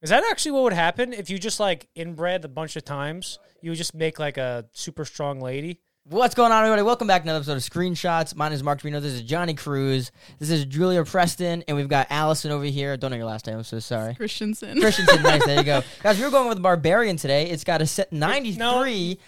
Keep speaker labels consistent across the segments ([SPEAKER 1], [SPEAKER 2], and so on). [SPEAKER 1] Is that actually what would happen if you just like inbred a bunch of times? You would just make like a super strong lady.
[SPEAKER 2] What's going on, everybody? Welcome back to another episode of Screenshots. My name is Mark Trevino. This is Johnny Cruz. This is Julia Preston, and we've got Allison over here. Don't know your last name. I'm so sorry.
[SPEAKER 3] Christensen.
[SPEAKER 2] Christensen, nice. There you go, guys. We were going with Barbarian today. It's got a set 93.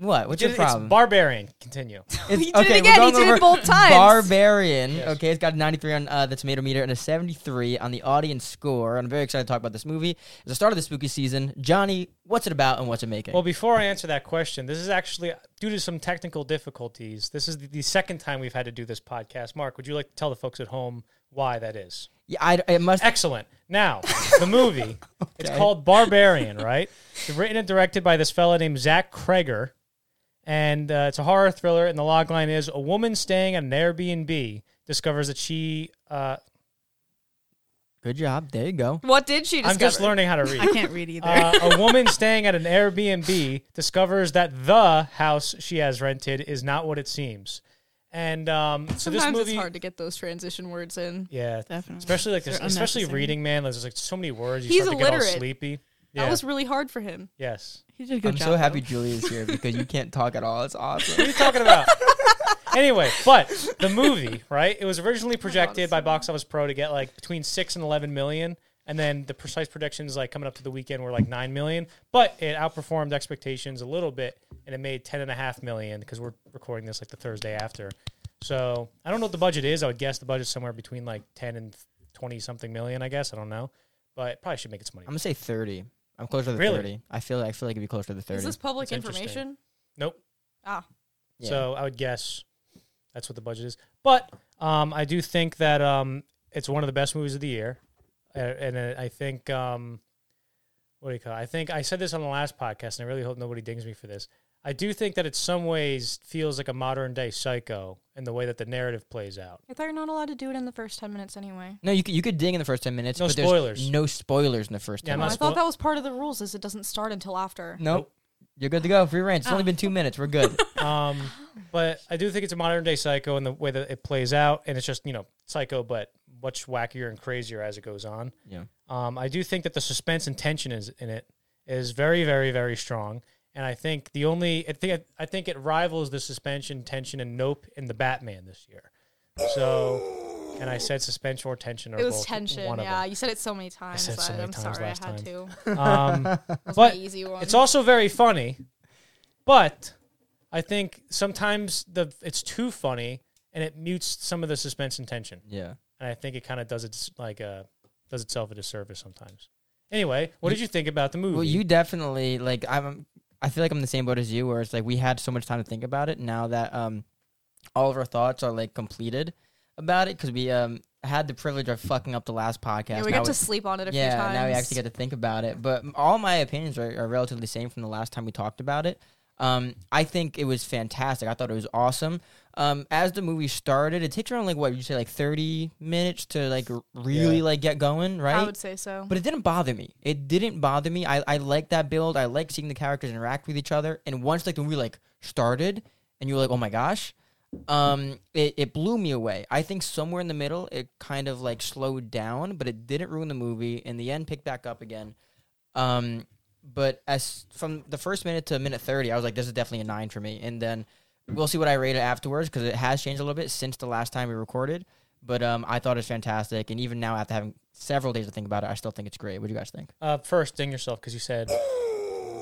[SPEAKER 2] What? What's your
[SPEAKER 1] It's
[SPEAKER 2] problem?
[SPEAKER 1] barbarian. Continue.
[SPEAKER 2] It's-
[SPEAKER 3] He did it again.
[SPEAKER 2] we're
[SPEAKER 3] He
[SPEAKER 2] going
[SPEAKER 3] did it
[SPEAKER 2] over
[SPEAKER 3] both times.
[SPEAKER 2] Barbarian. Okay, it's got a 93 on uh, the tomato meter and a 73 on the audience score. I'm very excited to talk about this movie. It's the start of the spooky season. Johnny, what's it about and what's it making?
[SPEAKER 1] Well, before I answer that question, this is actually due to some technical difficulties. This is the, the second time we've had to do this podcast. Mark, would you like to tell the folks at home why that is?
[SPEAKER 2] yeah, I, it must.
[SPEAKER 1] Excellent. Now, the movie. It's called Barbarian, right? It's written and directed by this fella named Zach Kreger. And uh, it's a horror thriller. And the logline is a woman staying at an Airbnb discovers that she. Uh,
[SPEAKER 2] Good job. There you go.
[SPEAKER 3] What did she discover?
[SPEAKER 1] I'm just learning how to read.
[SPEAKER 3] I can't read either.
[SPEAKER 1] Uh, a woman staying at an Airbnb discovers that the house she has rented is not what it seems. And um, so this
[SPEAKER 3] Sometimes
[SPEAKER 1] movie.
[SPEAKER 3] it's hard to get those transition words in.
[SPEAKER 1] Yeah,
[SPEAKER 3] Definitely.
[SPEAKER 1] especially like this,
[SPEAKER 3] They're
[SPEAKER 1] especially
[SPEAKER 3] unnecessary.
[SPEAKER 1] reading, man. There's like so many words. You
[SPEAKER 3] He's
[SPEAKER 1] start to get all
[SPEAKER 3] illiterate.
[SPEAKER 1] sleepy. Yeah.
[SPEAKER 3] That was really hard for him.
[SPEAKER 1] yes.
[SPEAKER 3] He did a good
[SPEAKER 2] I'm
[SPEAKER 3] job.
[SPEAKER 2] so happy
[SPEAKER 3] though.
[SPEAKER 2] Julia's here because you can't talk at all. It's awesome.
[SPEAKER 1] What are you talking about? anyway, but the movie, right? It was originally projected by Box Office Pro to get like between six and eleven million, and then the precise predictions like coming up to the weekend were like nine million. But it outperformed expectations a little bit, and it made ten and a half million because we're recording this like the Thursday after. So I don't know what the budget is. I would guess the budget's somewhere between like ten and twenty something million. I guess I don't know, but it probably should make its money.
[SPEAKER 2] I'm gonna say 30. I'm closer to
[SPEAKER 1] Really?
[SPEAKER 2] 30. I feel I feel like it'd be closer to the 30.
[SPEAKER 3] Is this public
[SPEAKER 1] That's interesting.
[SPEAKER 3] information?
[SPEAKER 1] Nope.
[SPEAKER 3] Ah,
[SPEAKER 2] Yeah.
[SPEAKER 1] So I would guess that's what the budget is. But um, I do think that um, it's one of the best movies of the year, A- and uh, I think um, what do you call? It? I think I said this on the last podcast, and I really hope nobody dings me for this. I do think that it some ways feels like a modern day Psycho in the way that the narrative plays out.
[SPEAKER 3] I thought you're not allowed to do it in the first ten minutes anyway.
[SPEAKER 2] no, you could, you could ding in the first 10 minutes.
[SPEAKER 1] No
[SPEAKER 2] but there's
[SPEAKER 1] spoilers.
[SPEAKER 2] No spoilers in the first
[SPEAKER 1] Yeah,
[SPEAKER 2] 10
[SPEAKER 1] I'm
[SPEAKER 3] Oh, I
[SPEAKER 1] not
[SPEAKER 2] minutes.
[SPEAKER 1] spoil-
[SPEAKER 3] thought that was part of the rules. Is it doesn't start until after.
[SPEAKER 2] Nope.
[SPEAKER 3] Oh.
[SPEAKER 2] You're good to go. Free range. It's only
[SPEAKER 3] Ah.
[SPEAKER 2] been two minutes. We're good.
[SPEAKER 1] Um, but I do think it's a modern day Psycho in the way that it plays out, and it's just you know Psycho, but much wackier and crazier as it goes on.
[SPEAKER 2] yeah.
[SPEAKER 1] Um, I do think that the suspense and tension is in it is very, very, very strong. And I think the only I think I think it rivals the suspension, tension, and nope in the Batman this year. So, and I said suspense or tension or
[SPEAKER 3] It was
[SPEAKER 1] both,
[SPEAKER 3] tension.
[SPEAKER 1] One
[SPEAKER 3] yeah, you said it so many times.
[SPEAKER 1] said so
[SPEAKER 3] I-
[SPEAKER 1] many
[SPEAKER 3] I'm
[SPEAKER 1] times
[SPEAKER 3] sorry, I
[SPEAKER 1] last
[SPEAKER 3] had
[SPEAKER 1] time.
[SPEAKER 3] to.
[SPEAKER 1] of them. Um,
[SPEAKER 3] That was
[SPEAKER 1] But
[SPEAKER 3] my easy one.
[SPEAKER 1] it's also very funny, but I think sometimes the it's too funny and it mutes some of the suspense and tension.
[SPEAKER 2] Yeah.
[SPEAKER 1] And I think it kind of does its like uh does itself a disservice sometimes. Anyway, what did you think about the movie?
[SPEAKER 2] Well, you definitely like I'm. I feel like I'm in the same boat as you, where it's like we had so much time to think about it. Now that um, all of our thoughts are like completed about it because we um had the privilege of fucking up the last podcast.
[SPEAKER 3] yeah, we
[SPEAKER 2] Now
[SPEAKER 3] got to sleep on it a
[SPEAKER 2] yeah,
[SPEAKER 3] few times.
[SPEAKER 2] now we actually get to think about it. But m- all my opinions are, are relatively the same from the last time we talked about it. Um, I think it was fantastic. I thought it was awesome. Um, as the movie started, it takes around like what you say, like thirty minutes to like r- really
[SPEAKER 1] Yeah.
[SPEAKER 2] like get going, right?
[SPEAKER 3] I would say so.
[SPEAKER 2] But it didn't bother me. It didn't bother me. I, I like that build. I like seeing the characters interact with each other. And once like the movie like started and you were like, oh my gosh, um, it, it blew me away. I think somewhere in the middle it kind of like slowed down, but it didn't ruin the movie. In the end, picked back up again. Um, but as from the first minute to minute thirty, I was like, this is definitely a nine for me. And then we'll see what I rate it afterwards because it has changed a little bit since the last time we recorded. But um, I thought it was fantastic, and even now after having several days to think about it, I still think it's great. What do you guys think?
[SPEAKER 1] Uh, first, ding yourself because you said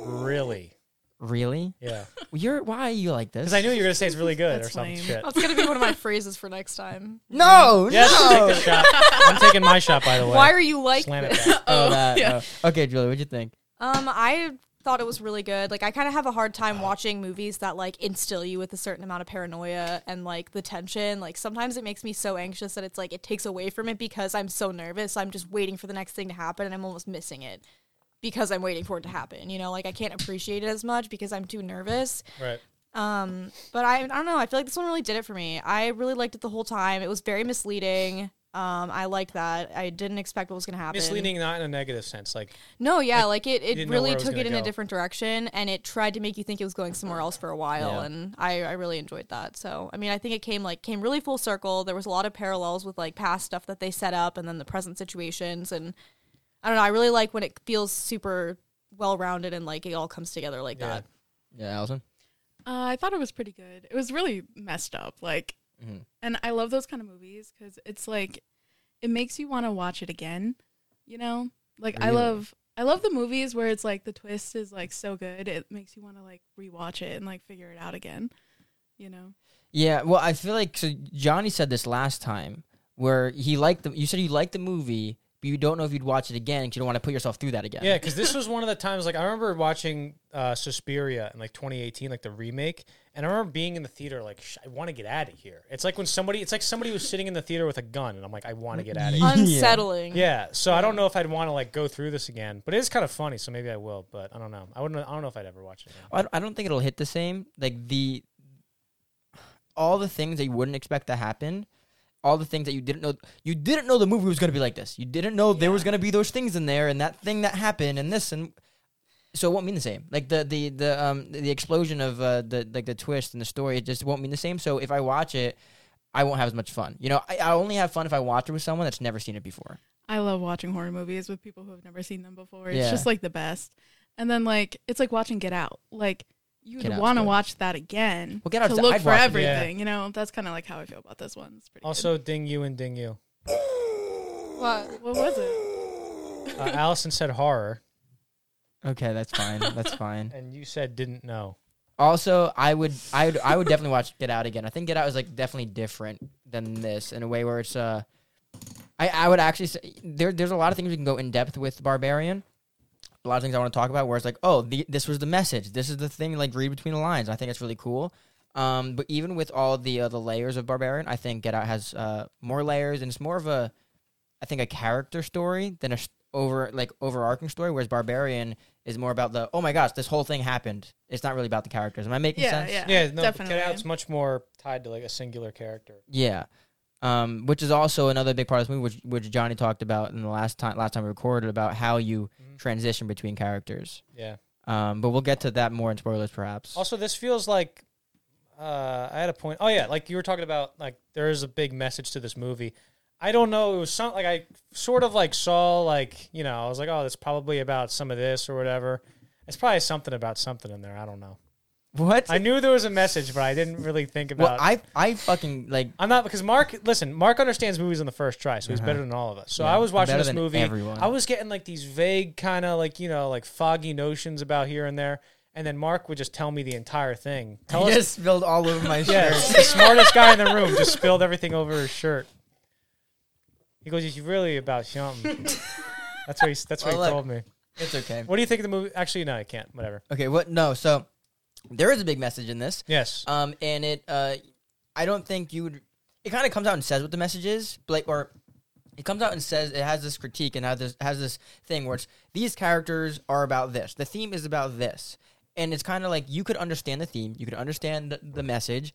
[SPEAKER 1] really.
[SPEAKER 2] Really?
[SPEAKER 1] Yeah,
[SPEAKER 2] You're why are you like this?
[SPEAKER 1] because I knew you were gonna say it's really good or
[SPEAKER 3] That's
[SPEAKER 1] something.
[SPEAKER 3] lame.
[SPEAKER 1] Shit.
[SPEAKER 3] That's gonna be one of my phrases for next time.
[SPEAKER 2] No,
[SPEAKER 1] Yes,
[SPEAKER 2] no.
[SPEAKER 1] take the shot. I'm taking my shot by the way.
[SPEAKER 3] Why are you like
[SPEAKER 1] Slam it
[SPEAKER 3] this?
[SPEAKER 1] back.
[SPEAKER 2] Oh, that, oh. Okay, Julie, what'd you think?
[SPEAKER 3] Um, I thought it was really good. Like, I kind of have a hard time watching movies that like instill you with a certain amount of paranoia and like the tension. Like, sometimes it makes me so anxious that it's like it takes away from it because I'm so nervous. I'm just waiting for the next thing to happen and I'm almost missing it because I'm waiting for it to happen. You know, like I can't appreciate it as much because I'm too nervous.
[SPEAKER 1] Right.
[SPEAKER 3] Um, but I, I don't know. I feel like this one really did it for me. I really liked it the whole time. It was very misleading. Um, I liked that. I didn't expect what was going to happen.
[SPEAKER 1] Misleading, not in a negative sense. Like
[SPEAKER 3] No, yeah, like, it, it
[SPEAKER 1] didn't know
[SPEAKER 3] really
[SPEAKER 1] where it was
[SPEAKER 3] took it
[SPEAKER 1] gonna
[SPEAKER 3] in a
[SPEAKER 1] go.
[SPEAKER 3] different direction and it tried to make you think it was going somewhere else for a while
[SPEAKER 2] Yeah.
[SPEAKER 3] and I, I really enjoyed that. So I mean I think it came like came really full circle. There was a lot of parallels with like past stuff that they set up and then the present situations and I don't know. I really like when it feels super well rounded and like it all comes together like
[SPEAKER 1] Yeah.
[SPEAKER 3] that.
[SPEAKER 2] Yeah, Allison.
[SPEAKER 4] Uh, I thought it was pretty good. It was really messed up, like,
[SPEAKER 2] Mhm.
[SPEAKER 4] and I love those kind of movies because it's like, it makes you want to watch it again. You know, like I
[SPEAKER 2] Really?
[SPEAKER 4] love, I love the movies where it's like the twist is like so good, it makes you want to like rewatch it and like figure it out again. You know,
[SPEAKER 2] Yeah, well, I feel like so Johnny said this last time where he liked the. You said you liked the movie, but you don't know if you'd watch it again because you don't want to put yourself through that again.
[SPEAKER 1] Yeah, because this was one of the times. Like I remember watching uh, Suspiria in like 2018, like the remake, and I remember being in the theater like, Sh- I want to get out of here. It's like when somebody, it's like somebody was sitting in the theater with a gun, and I'm like, I want to get out of here.
[SPEAKER 2] Yeah.
[SPEAKER 3] Unsettling.
[SPEAKER 1] Yeah, so I don't know if I'd want to like go through this again, but it is kind of funny, so maybe I will. But I don't know. I wouldn't. I don't know if I'd ever watch it. Again.
[SPEAKER 2] I, I don't think it'll hit the same. Like the all the things that you wouldn't expect to happen, all the things that you didn't know. You didn't know the movie was going to be like this. You didn't know there was going to be those things in there and that thing that happened and this and so it won't mean the same. Like the the the um the explosion of uh, the like the twist and the story, it just won't mean the same. So if I watch it. I won't have as much fun. You know, I, I only have fun if I watch it with someone that's never seen it before.
[SPEAKER 4] I love watching horror movies with people who have never seen them before. It's
[SPEAKER 2] Yeah.
[SPEAKER 4] just like the best. And then like it's like watching Get Out. Like you
[SPEAKER 2] Get
[SPEAKER 4] would
[SPEAKER 2] Out's
[SPEAKER 4] want to
[SPEAKER 2] good.
[SPEAKER 4] watch that again
[SPEAKER 2] Well, Get Out's-
[SPEAKER 4] to look
[SPEAKER 2] I'd
[SPEAKER 4] for
[SPEAKER 2] watch it.
[SPEAKER 4] everything. You know, that's kind of like how I feel about this one. It's pretty good.
[SPEAKER 1] Also, ding you and ding you.
[SPEAKER 3] What?
[SPEAKER 4] what was it?
[SPEAKER 1] Uh, Allison said horror,
[SPEAKER 2] Okay, that's fine. That's fine.
[SPEAKER 1] and you said didn't know.
[SPEAKER 2] Also, I would, I would, I would definitely watch Get Out again. I think Get Out is like definitely different than this in a way where it's. Uh, I I would actually say there there's a lot of things we can go in depth with Barbarian. A lot of things I want to talk about where it's like, oh, the, this was the message. This is the thing. Like read between the lines. I think it's really cool. Um, but even with all the uh, the layers of Barbarian, I think Get Out has uh more layers and it's more of a, I think a character story than a s- over like overarching story. Whereas Barbarian is more about the oh my gosh, this whole thing happened. It's not really about the characters. Am I making
[SPEAKER 4] Yeah,
[SPEAKER 2] sense?
[SPEAKER 4] yeah.
[SPEAKER 1] Yeah, no,
[SPEAKER 4] definitely.
[SPEAKER 1] Get Out's much more tied to like a singular character.
[SPEAKER 2] Yeah. Um, which is also another big part of this movie, which, which Johnny talked about in the last time last time we recorded about how you
[SPEAKER 1] Mhm.
[SPEAKER 2] transition between characters.
[SPEAKER 1] Yeah.
[SPEAKER 2] Um, but we'll get to that more in spoilers, perhaps.
[SPEAKER 1] Also, this feels like uh, I had a point. Oh yeah, like you were talking about, like there is a big message to this movie. I don't know. It was some like I sort of like saw like you know I was like oh that's probably about some of this or whatever. It's probably something about something in there. I don't know.
[SPEAKER 2] what?
[SPEAKER 1] I knew there was a message, but I didn't really think
[SPEAKER 2] well,
[SPEAKER 1] about.
[SPEAKER 2] I I fucking like.
[SPEAKER 1] I'm not because Mark. Listen, Mark understands movies on the first try, so he's
[SPEAKER 2] Uh-huh.
[SPEAKER 1] better than all of us. So
[SPEAKER 2] yeah,
[SPEAKER 1] I was
[SPEAKER 2] I'm
[SPEAKER 1] watching
[SPEAKER 2] better
[SPEAKER 1] this
[SPEAKER 2] than
[SPEAKER 1] movie.
[SPEAKER 2] Everyone.
[SPEAKER 1] I was getting like these vague kind of like you know like foggy notions about here and there, and then Mark would just tell me the entire thing. Tell
[SPEAKER 2] I
[SPEAKER 1] us
[SPEAKER 2] just spilled all over my shirt.
[SPEAKER 1] Yes, the smartest guy in the room just spilled everything over his shirt. He goes, "It's really about something." That's what he. That's what
[SPEAKER 2] Well,
[SPEAKER 1] he
[SPEAKER 2] look. Uh,
[SPEAKER 1] told me.
[SPEAKER 2] It's okay.
[SPEAKER 1] What do you think of the movie? Actually, no, I can't. Whatever.
[SPEAKER 2] Okay. What? No. So there is a big message in this.
[SPEAKER 1] Yes.
[SPEAKER 2] Um, and it, uh, I don't think you would. It kind of comes out and says what the message is, but like, or it comes out and says it has this critique and has this has this thing where it's these characters are about this. The theme is about this, and it's kind of like you could understand the theme, you could understand the, the message.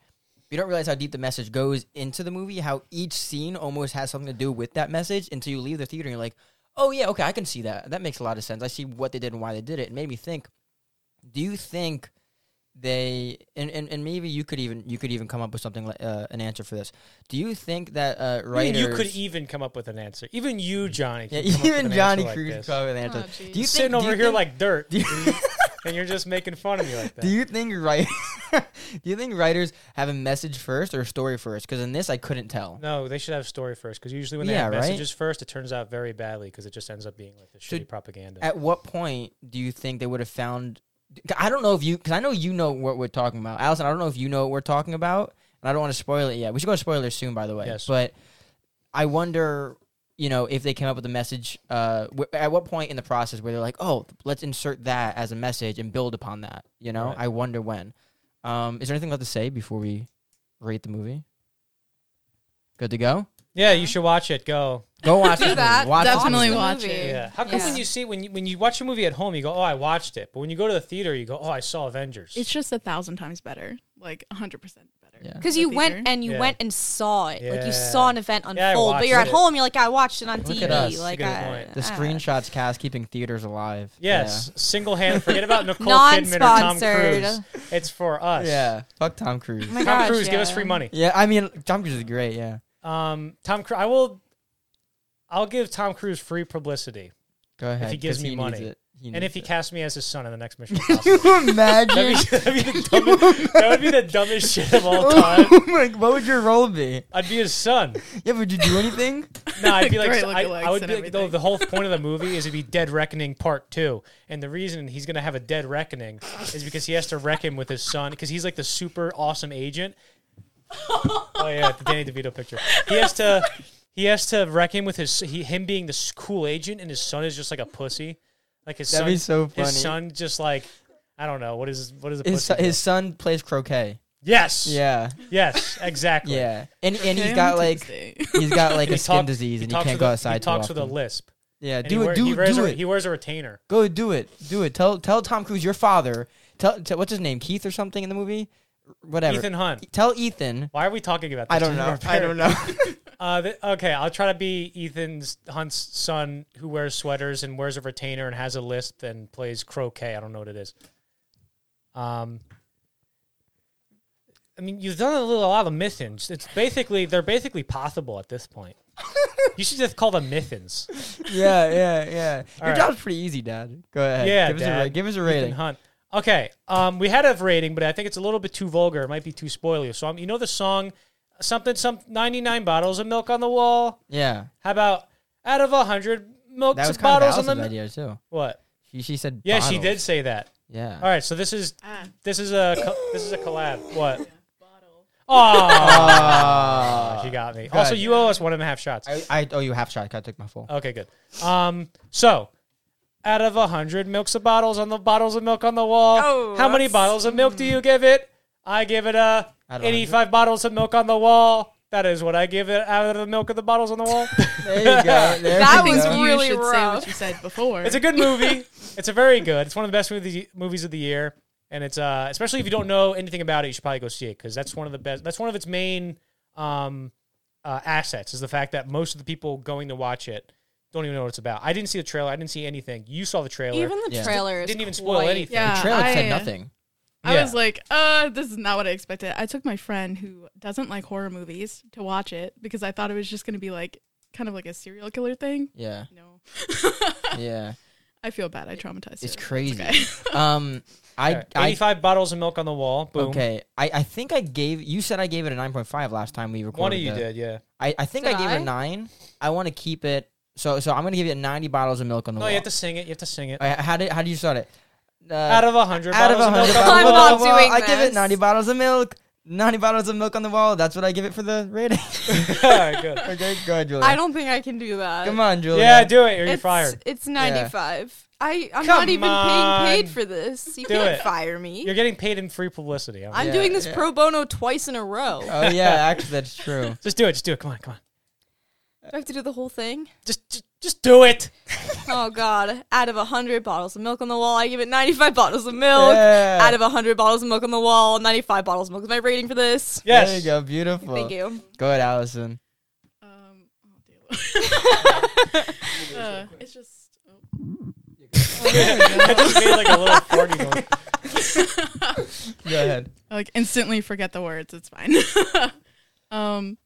[SPEAKER 2] but You don't realize how deep the message goes into the movie, how each scene almost has something to do with that message until you leave the theater and you're like, oh, yeah, okay, I can see that. That makes a lot of sense. I see what they did and why they did it. It made me think, do you think they and, and, and maybe you could even you could even come up with something like uh, an answer for this. Do you think that uh,
[SPEAKER 1] I mean,
[SPEAKER 2] writers
[SPEAKER 1] you could even come up with an answer. Even you, Johnny.
[SPEAKER 2] yeah
[SPEAKER 1] can come up with
[SPEAKER 2] even
[SPEAKER 1] an
[SPEAKER 2] Johnny
[SPEAKER 1] answer like
[SPEAKER 2] Cruz
[SPEAKER 1] this.
[SPEAKER 2] come up with an
[SPEAKER 4] Oh,
[SPEAKER 2] answer.
[SPEAKER 4] geez.
[SPEAKER 2] do you
[SPEAKER 1] You're sitting
[SPEAKER 2] think- do
[SPEAKER 1] over
[SPEAKER 2] you
[SPEAKER 1] here
[SPEAKER 2] think-
[SPEAKER 1] like dirt,
[SPEAKER 2] do you,
[SPEAKER 1] and you're just making fun of me like that.
[SPEAKER 2] do you think right? do you think writers have a message first or a story first? Because in this, I couldn't tell.
[SPEAKER 1] no, they should have story first because usually when they
[SPEAKER 2] Yeah,
[SPEAKER 1] have
[SPEAKER 2] right?
[SPEAKER 1] messages first, it turns out very badly because it just ends up being like the
[SPEAKER 2] So-
[SPEAKER 1] shitty propaganda.
[SPEAKER 2] At what point do you think they would have found? I don't know if you because I know you know what we're talking about, Allison. I don't know if you know what we're talking about, and I don't want to spoil it yet. We should go to spoilers soon, by the way.
[SPEAKER 1] Yes.
[SPEAKER 2] But I wonder, you know, if they came up with a message. Uh, w- at what point in the process where they're like, "Oh, let's insert that as a message and build upon that," you know?
[SPEAKER 1] Right.
[SPEAKER 2] I wonder when. Um, is there anything left to say before we rate the movie? Good to go.
[SPEAKER 1] yeah, you should watch it. Go.
[SPEAKER 2] Go watch
[SPEAKER 3] Do
[SPEAKER 2] it.
[SPEAKER 3] that.
[SPEAKER 2] Watch this
[SPEAKER 4] Definitely
[SPEAKER 2] movie.
[SPEAKER 4] watch
[SPEAKER 3] the
[SPEAKER 4] it.
[SPEAKER 3] movie.
[SPEAKER 1] Yeah. How come
[SPEAKER 3] Yeah.
[SPEAKER 1] when you see when you when you watch a movie at home, you go, "Oh, I watched it," but when you go to the theater, you go, "Oh, I saw Avengers."
[SPEAKER 4] It's just a thousand times better. Like a hundred percent better.
[SPEAKER 2] Yeah.
[SPEAKER 3] Because
[SPEAKER 4] The
[SPEAKER 3] you
[SPEAKER 4] theater.
[SPEAKER 3] went and you
[SPEAKER 1] Yeah.
[SPEAKER 3] went and saw it, like
[SPEAKER 1] Yeah.
[SPEAKER 3] you saw an event
[SPEAKER 1] Yeah, I
[SPEAKER 3] unfold. but
[SPEAKER 1] watched
[SPEAKER 3] you're at
[SPEAKER 1] it.
[SPEAKER 3] home, you're like, I watched it on
[SPEAKER 2] Look
[SPEAKER 3] TV.
[SPEAKER 2] at us.
[SPEAKER 3] Like,
[SPEAKER 1] Good
[SPEAKER 3] I-
[SPEAKER 1] point.
[SPEAKER 2] The
[SPEAKER 3] I-
[SPEAKER 2] screenshots cast keeping theaters alive.
[SPEAKER 1] yes, single hand. Forget about Nicole Kidman or Tom
[SPEAKER 3] Non-sponsored.
[SPEAKER 1] Cruise. It's for us.
[SPEAKER 2] Yeah. yeah. Fuck Tom Cruise.
[SPEAKER 3] Oh my
[SPEAKER 1] Tom
[SPEAKER 3] gosh,
[SPEAKER 1] Cruise, give us
[SPEAKER 3] yeah.
[SPEAKER 1] free money.
[SPEAKER 2] yeah, I mean Tom Cruise is great, yeah.
[SPEAKER 1] Um, Tom Cruise. I will. I'll give Tom Cruise free publicity
[SPEAKER 2] Go ahead.
[SPEAKER 1] he gives
[SPEAKER 2] 'cause
[SPEAKER 1] me
[SPEAKER 2] needs
[SPEAKER 1] money.
[SPEAKER 2] it.
[SPEAKER 1] and if
[SPEAKER 2] needs
[SPEAKER 1] he
[SPEAKER 2] it.
[SPEAKER 1] casts me as his son in the next Mission
[SPEAKER 2] Can
[SPEAKER 1] Impossible,
[SPEAKER 2] you imagine?
[SPEAKER 1] that'd be, that'd be the dumbest, that would be the dumbest shit of all time.
[SPEAKER 2] oh my, what would your role be?
[SPEAKER 1] I'd be his son.
[SPEAKER 2] Yeah, would you do anything?
[SPEAKER 1] No, I'd be like,
[SPEAKER 4] Great
[SPEAKER 1] I,
[SPEAKER 4] lookalikes
[SPEAKER 1] I would
[SPEAKER 4] and
[SPEAKER 1] be like, though
[SPEAKER 4] everything.
[SPEAKER 1] the whole point of the movie is it'd be Dead Reckoning Part Two, and the reason he's gonna have a dead reckoning is because he has to reckon with his son because he's like the super awesome agent. oh yeah, the Danny DeVito picture. He has to, he has to reckon with his he, him being this cool agent, and his son is just like a pussy. Like his
[SPEAKER 2] That'd
[SPEAKER 1] son,
[SPEAKER 2] be so funny.
[SPEAKER 1] his son just like I don't know what is what is a
[SPEAKER 2] His,
[SPEAKER 1] pussy.
[SPEAKER 2] son- his son plays croquet.
[SPEAKER 1] do? yes,
[SPEAKER 2] Yeah,
[SPEAKER 1] yes, exactly.
[SPEAKER 2] yeah, and and
[SPEAKER 4] Okay,
[SPEAKER 2] he's
[SPEAKER 4] on
[SPEAKER 2] got like
[SPEAKER 4] Tuesday.
[SPEAKER 2] he's got like a skin
[SPEAKER 1] talk-
[SPEAKER 2] disease and he
[SPEAKER 1] talks
[SPEAKER 2] can't
[SPEAKER 1] with
[SPEAKER 2] go
[SPEAKER 1] a-
[SPEAKER 2] outside.
[SPEAKER 1] He
[SPEAKER 2] too
[SPEAKER 1] talks with a
[SPEAKER 2] often.
[SPEAKER 1] lisp.
[SPEAKER 2] Yeah,
[SPEAKER 1] and he
[SPEAKER 2] do
[SPEAKER 1] wear-
[SPEAKER 2] it,
[SPEAKER 1] he
[SPEAKER 2] do it,
[SPEAKER 1] wears
[SPEAKER 2] do
[SPEAKER 1] a,
[SPEAKER 2] it.
[SPEAKER 1] He wears a retainer.
[SPEAKER 2] Go do it, do it. Tell tell Tom Cruise your father. Tell, tell what's his name, Keith or something in the movie, whatever.
[SPEAKER 1] Ethan Hunt.
[SPEAKER 2] Tell Ethan.
[SPEAKER 1] Why are we talking about this?
[SPEAKER 2] I don't know. I don't know.
[SPEAKER 1] Uh, th- okay, I'll try to be Ethan's Hunt's son who wears sweaters and wears a retainer and has a lisp and plays croquet. I don't know what it is. Um, I mean, you've done a little a lot of mythins. It's basically they're basically possible at this point. you should just call them mythins.
[SPEAKER 2] yeah, yeah, yeah.
[SPEAKER 1] All
[SPEAKER 2] Your
[SPEAKER 1] right.
[SPEAKER 2] job's pretty easy, Dad. Go ahead.
[SPEAKER 1] Yeah,
[SPEAKER 2] give us a
[SPEAKER 1] Dad.
[SPEAKER 2] ra- give us a
[SPEAKER 1] Ethan
[SPEAKER 2] rating.
[SPEAKER 1] Hunt. Okay, um, we had a rating, but I think it's a little bit too vulgar. It might be too spoily. So, um, you know the song, something, some ninety nine bottles of milk on the wall.
[SPEAKER 2] Yeah,
[SPEAKER 1] How about out of a hundred milk
[SPEAKER 2] that was kind of
[SPEAKER 1] bottles on the
[SPEAKER 2] Allison's
[SPEAKER 1] mi-
[SPEAKER 2] idea too.
[SPEAKER 1] what?
[SPEAKER 2] She, she said.
[SPEAKER 1] Yeah, she
[SPEAKER 2] bottles.
[SPEAKER 1] did say that.
[SPEAKER 2] Yeah.
[SPEAKER 1] All right, so this is
[SPEAKER 4] Ah,
[SPEAKER 1] this is a co- this is a collab. What?
[SPEAKER 4] bottle.
[SPEAKER 1] Oh,
[SPEAKER 2] Ah.
[SPEAKER 1] she got me. Also, you owe us one and a half shots.
[SPEAKER 2] I, I owe you half shot. I took my full.
[SPEAKER 1] Okay, good. Um, so out of a hundred milks of bottles on the bottles of milk on the wall,
[SPEAKER 3] Oh,
[SPEAKER 1] how many
[SPEAKER 3] that's-
[SPEAKER 1] bottles of milk do you give it? I give it a
[SPEAKER 2] Out of a
[SPEAKER 1] eighty-five bottles of milk on the wall. That is what I give it out of the milk of the bottles on the wall.
[SPEAKER 2] There you go. There
[SPEAKER 3] That
[SPEAKER 2] we
[SPEAKER 3] was
[SPEAKER 2] go.
[SPEAKER 4] you
[SPEAKER 3] really
[SPEAKER 4] should say
[SPEAKER 3] rough.
[SPEAKER 4] what you said before.
[SPEAKER 1] It's a good movie. it's a very good. It's one of the best movie, movies of the year, and it's uh, especially if you don't know anything about it, you should probably go see it because that's one of the best. That's one of its main um, uh, assets is the fact that most of the people going to watch it don't even know what it's about. I didn't see the trailer. I didn't see anything. You saw the trailer.
[SPEAKER 3] Even the
[SPEAKER 2] Yeah.
[SPEAKER 3] trailer is
[SPEAKER 1] Didn't even spoil
[SPEAKER 3] quite-
[SPEAKER 1] anything.
[SPEAKER 4] Yeah,
[SPEAKER 2] The trailer said
[SPEAKER 4] I-
[SPEAKER 2] nothing.
[SPEAKER 4] I
[SPEAKER 1] Yeah.
[SPEAKER 4] was like, uh, this is not what I expected. I took my friend who doesn't like horror movies to watch it because I thought it was just going to be like kind of like a serial killer thing.
[SPEAKER 2] Yeah,
[SPEAKER 4] No.
[SPEAKER 2] yeah.
[SPEAKER 4] I feel bad. I traumatized
[SPEAKER 2] It's
[SPEAKER 4] her.
[SPEAKER 2] crazy.
[SPEAKER 4] okay.
[SPEAKER 2] Um, I,
[SPEAKER 1] All right.
[SPEAKER 2] I,
[SPEAKER 1] eighty-five bottles of milk on the wall. Boom.
[SPEAKER 2] okay. I, I think I gave. You said I gave it a nine point five last time we recorded.
[SPEAKER 1] One of you
[SPEAKER 2] the-
[SPEAKER 1] did, yeah.
[SPEAKER 2] I, I think I
[SPEAKER 3] Did
[SPEAKER 2] gave it
[SPEAKER 3] I?
[SPEAKER 2] a nine. I want to keep it. So, so I'm gonna give it ninety bottles of milk on the
[SPEAKER 1] No,
[SPEAKER 2] wall.
[SPEAKER 1] you have to sing it. You have to sing it.
[SPEAKER 2] Okay, how did how do you start it? Uh,
[SPEAKER 1] Out of a hundred.
[SPEAKER 2] out of a hundred
[SPEAKER 3] on the
[SPEAKER 2] bottles
[SPEAKER 3] wall.
[SPEAKER 2] on
[SPEAKER 3] I'm
[SPEAKER 2] the
[SPEAKER 3] not
[SPEAKER 2] wall,
[SPEAKER 3] doing
[SPEAKER 2] I give it
[SPEAKER 3] this.
[SPEAKER 2] ninety bottles of milk. Ninety bottles of milk on the wall. That's what I give it for the rating.
[SPEAKER 1] All right, good.
[SPEAKER 2] okay, go ahead, Julia.
[SPEAKER 3] I don't think I can do that.
[SPEAKER 2] Come on, Julia.
[SPEAKER 1] Yeah, do it. Or you're
[SPEAKER 3] it's,
[SPEAKER 1] fired.
[SPEAKER 3] It's 95. I, I'm
[SPEAKER 1] Come
[SPEAKER 3] not even
[SPEAKER 1] on.
[SPEAKER 3] being paid for this. You
[SPEAKER 1] Do
[SPEAKER 3] can't
[SPEAKER 1] it.
[SPEAKER 3] fire me.
[SPEAKER 1] You're getting paid in free publicity. I'm-
[SPEAKER 3] I'm
[SPEAKER 2] Yeah,
[SPEAKER 3] doing this
[SPEAKER 2] yeah.
[SPEAKER 3] pro bono twice in a row.
[SPEAKER 2] Oh yeah, actually that's true.
[SPEAKER 1] Just do it. Just do it. Come on. Come on.
[SPEAKER 3] do I have to do the whole thing?
[SPEAKER 1] Just, just, just do it.
[SPEAKER 3] Oh God! Out of hundred bottles of milk on the wall, I give it ninety-five bottles of milk.
[SPEAKER 2] Yeah.
[SPEAKER 3] Out of hundred bottles of milk on the wall, ninety-five bottles of milk is my rating for this.
[SPEAKER 1] Yes.
[SPEAKER 2] There you go. Beautiful.
[SPEAKER 3] Thank you.
[SPEAKER 2] Go ahead, Allison.
[SPEAKER 4] Um, oh, dear Lord. uh, it's just. Oh.
[SPEAKER 1] I just made like a little party noise.
[SPEAKER 2] Go ahead.
[SPEAKER 4] I like instantly forget the words. It's fine. um,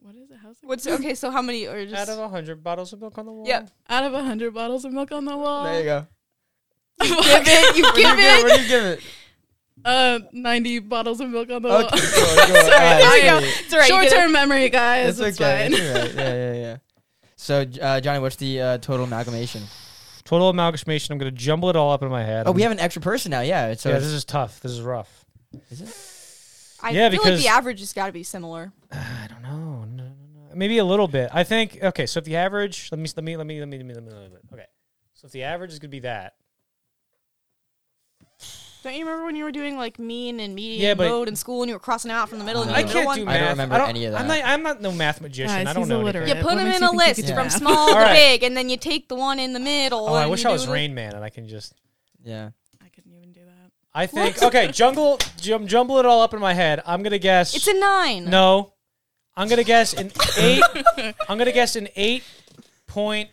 [SPEAKER 4] what is it? How's it?
[SPEAKER 3] What's okay? So how many are
[SPEAKER 1] Out of
[SPEAKER 3] just?
[SPEAKER 1] a hundred bottles of milk on the wall.
[SPEAKER 3] Yep.
[SPEAKER 4] Out of hundred bottles of milk on the wall.
[SPEAKER 2] There you go.
[SPEAKER 3] Give it. You
[SPEAKER 2] What do you
[SPEAKER 3] give
[SPEAKER 2] give,
[SPEAKER 3] it.
[SPEAKER 2] what do you give it?
[SPEAKER 4] Uh, ninety bottles of milk on the
[SPEAKER 2] Okay.
[SPEAKER 4] wall.
[SPEAKER 2] Go on, go on. All
[SPEAKER 3] Oh. There
[SPEAKER 2] right,
[SPEAKER 3] you go.
[SPEAKER 2] sweet.
[SPEAKER 3] It's all right. you
[SPEAKER 4] Short
[SPEAKER 3] get
[SPEAKER 4] term memory, guys.
[SPEAKER 2] It's
[SPEAKER 4] It's,
[SPEAKER 2] okay.
[SPEAKER 4] fine.
[SPEAKER 2] It's all right. Yeah, yeah, yeah. So, uh, Johnny, what's the uh, total amalgamation?
[SPEAKER 1] Total amalgamation. I'm gonna jumble it all up in my head.
[SPEAKER 2] Oh, we have an extra person now. Yeah. So
[SPEAKER 1] yeah,
[SPEAKER 2] it's-
[SPEAKER 1] this is tough. This is rough.
[SPEAKER 2] is it?
[SPEAKER 3] it. I
[SPEAKER 1] Yeah,
[SPEAKER 3] feel like
[SPEAKER 1] because-
[SPEAKER 3] the average has got to be similar.
[SPEAKER 1] I don't know. No, no, no. Maybe a little bit. I think. Okay. So if the average, let me, let me, let me, let me, let me, let me, let me okay. So if the average is gonna be that,
[SPEAKER 3] Don't you remember when you were doing like mean and median
[SPEAKER 1] Yeah, but-
[SPEAKER 3] mode in school and you were crossing out from the middle and
[SPEAKER 2] No.
[SPEAKER 3] you
[SPEAKER 1] I
[SPEAKER 3] did
[SPEAKER 1] can't
[SPEAKER 3] one?
[SPEAKER 1] do
[SPEAKER 2] I
[SPEAKER 1] math.
[SPEAKER 2] don't remember any of
[SPEAKER 1] I'm
[SPEAKER 2] that.
[SPEAKER 1] not, I'm not no mathematician.
[SPEAKER 4] Guys,
[SPEAKER 1] I don't
[SPEAKER 4] he's
[SPEAKER 1] know.
[SPEAKER 4] illiterate.
[SPEAKER 1] anything.
[SPEAKER 3] You
[SPEAKER 4] What
[SPEAKER 3] put them
[SPEAKER 4] makes
[SPEAKER 3] in
[SPEAKER 4] you
[SPEAKER 3] a
[SPEAKER 4] think you
[SPEAKER 3] list
[SPEAKER 4] could
[SPEAKER 2] do
[SPEAKER 3] from
[SPEAKER 2] math?
[SPEAKER 3] small to
[SPEAKER 1] All right.
[SPEAKER 3] big, and then you take the one in the middle.
[SPEAKER 1] Oh, I
[SPEAKER 3] and
[SPEAKER 1] wish
[SPEAKER 3] you
[SPEAKER 1] I
[SPEAKER 3] do
[SPEAKER 1] was
[SPEAKER 3] the-
[SPEAKER 1] Rain Man and I can just.
[SPEAKER 2] Yeah.
[SPEAKER 4] I couldn't even do that.
[SPEAKER 1] I think. Okay. Jungle. Jum, jumble it all up in my head. I'm gonna guess.
[SPEAKER 3] It's a nine.
[SPEAKER 1] No. I'm gonna guess an eight. I'm gonna guess an eight point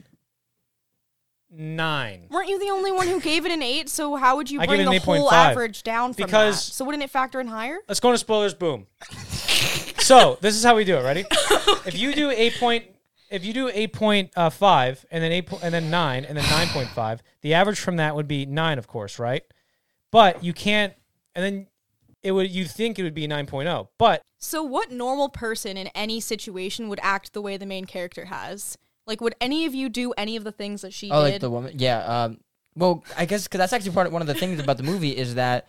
[SPEAKER 1] nine.
[SPEAKER 3] Weren't you the only one who gave it an eight? So how would you
[SPEAKER 1] I
[SPEAKER 3] bring
[SPEAKER 1] gave it
[SPEAKER 3] the
[SPEAKER 1] an
[SPEAKER 3] whole
[SPEAKER 1] 8.5
[SPEAKER 3] average down from
[SPEAKER 1] because-
[SPEAKER 3] that? So wouldn't it factor in higher?
[SPEAKER 1] Let's go into spoilers. Boom. so this is how we do it. Ready? If you do eight point if you do 8.5 and then 8 po- and then 9 and then 9.5 the average from that would be 9 of course right but you can't and then it would you think it would be 9.0 but
[SPEAKER 3] So, what normal person in any situation would act the way the main character has? Like, would any of you do any of the things that she
[SPEAKER 2] Oh,
[SPEAKER 3] did?
[SPEAKER 2] like the woman. Yeah. Um, well, I guess because that's actually part of one of the things about the movie is that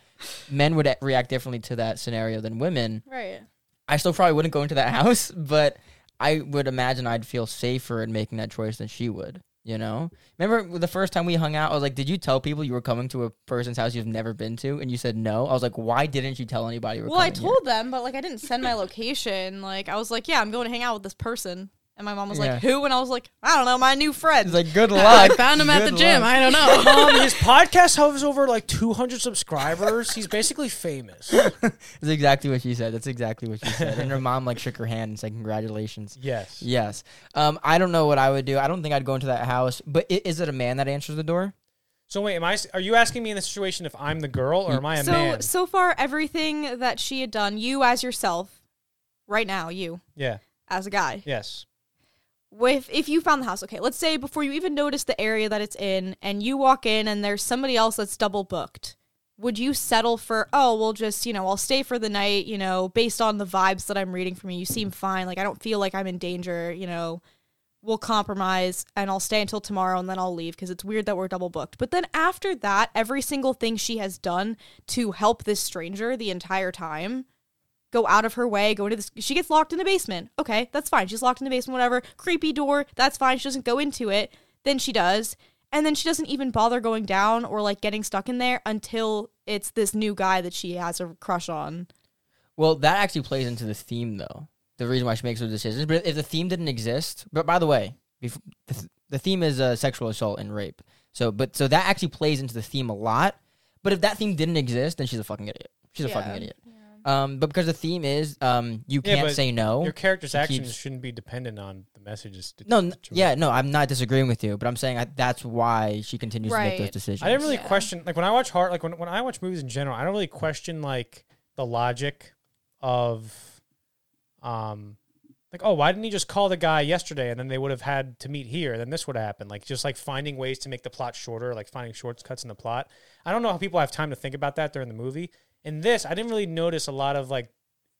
[SPEAKER 2] men would react differently to that scenario than women.
[SPEAKER 3] right.
[SPEAKER 2] I still probably wouldn't go into that house, but I would imagine I'd feel safer in making that choice than she would. You know, remember the first time we hung out? I was like, "Did you tell people you were coming to a person's house you've never been to?" And you said no. I was like, "Why didn't you tell anybody?" You were
[SPEAKER 3] Well, I
[SPEAKER 2] coming here?"
[SPEAKER 3] told them, but like I didn't send my location. Like I was like, yeah, I'm going to hang out with this person, and my mom was
[SPEAKER 2] Yeah.
[SPEAKER 3] like, who? And I was like, I don't know, my new friend.
[SPEAKER 2] It's like, "Good luck."
[SPEAKER 4] I found him at the
[SPEAKER 2] Good
[SPEAKER 4] gym.
[SPEAKER 2] luck.
[SPEAKER 4] I don't know.
[SPEAKER 1] um, his podcast has over like 200 subscribers he's basically famous
[SPEAKER 2] That's exactly what she said. That's exactly what she said. And her mom like shook her hand and said, "Congratulations."
[SPEAKER 1] yes
[SPEAKER 2] Yes. Um, I don't know what I would do. I don't think I'd go into that house. But i- is it a man that answers the door?
[SPEAKER 1] so wait am i s- are you asking me in this situation if i'm the girl or am i a
[SPEAKER 3] so
[SPEAKER 1] man
[SPEAKER 3] so far, everything that she had done, you as yourself, right now, you
[SPEAKER 1] yeah
[SPEAKER 3] as a guy,
[SPEAKER 1] yes
[SPEAKER 3] if if you found the house, okay, let's say before you even notice the area that it's in, and you walk in and there's somebody else that's double booked, would you settle for oh we'll just you know I'll stay for the night, you know, based on the vibes that I'm reading from you, you seem fine, like I don't feel like I'm in danger, you know, we'll compromise and I'll stay until tomorrow and then I'll leave because it's weird that we're double booked. But then after that, every single thing she has done to help this stranger the entire time go out of her way, go into this. She gets locked in the basement. Okay, that's fine. She's locked in the basement, whatever. Creepy door. That's fine. She doesn't go into it. Then she does. And then she doesn't even bother going down or like getting stuck in there until it's this new guy that she has a crush on.
[SPEAKER 2] Well, that actually plays into the theme, though. The reason why she makes her decisions. But if the theme didn't exist, but by the way, bef- the, th- the theme is uh, sexual assault and rape. So, but so that actually plays into the theme a lot. But if that theme didn't exist, then she's a fucking idiot. She's a
[SPEAKER 3] Yeah.
[SPEAKER 2] fucking idiot. Um, but because the theme is, um, you
[SPEAKER 1] Yeah,
[SPEAKER 2] can't
[SPEAKER 1] but
[SPEAKER 2] say no.
[SPEAKER 1] your character's
[SPEAKER 2] He
[SPEAKER 1] actions
[SPEAKER 2] keeps-
[SPEAKER 1] shouldn't be dependent on the messages to
[SPEAKER 2] No, n- yeah, no, I'm not disagreeing with you, but I'm saying I, that's why she continues to make
[SPEAKER 3] Right.
[SPEAKER 2] those decisions.
[SPEAKER 1] I didn't really
[SPEAKER 3] Yeah.
[SPEAKER 1] question like when I watch horror, like when, when I watch movies in general, I don't really question like the logic of um like oh why didn't he just call the guy yesterday and then they would have had to meet here then this would have happened like just like finding ways to make the plot shorter like finding shortcuts in the plot i don't know how people have time to think about that during the movie in this i didn't really notice a lot of like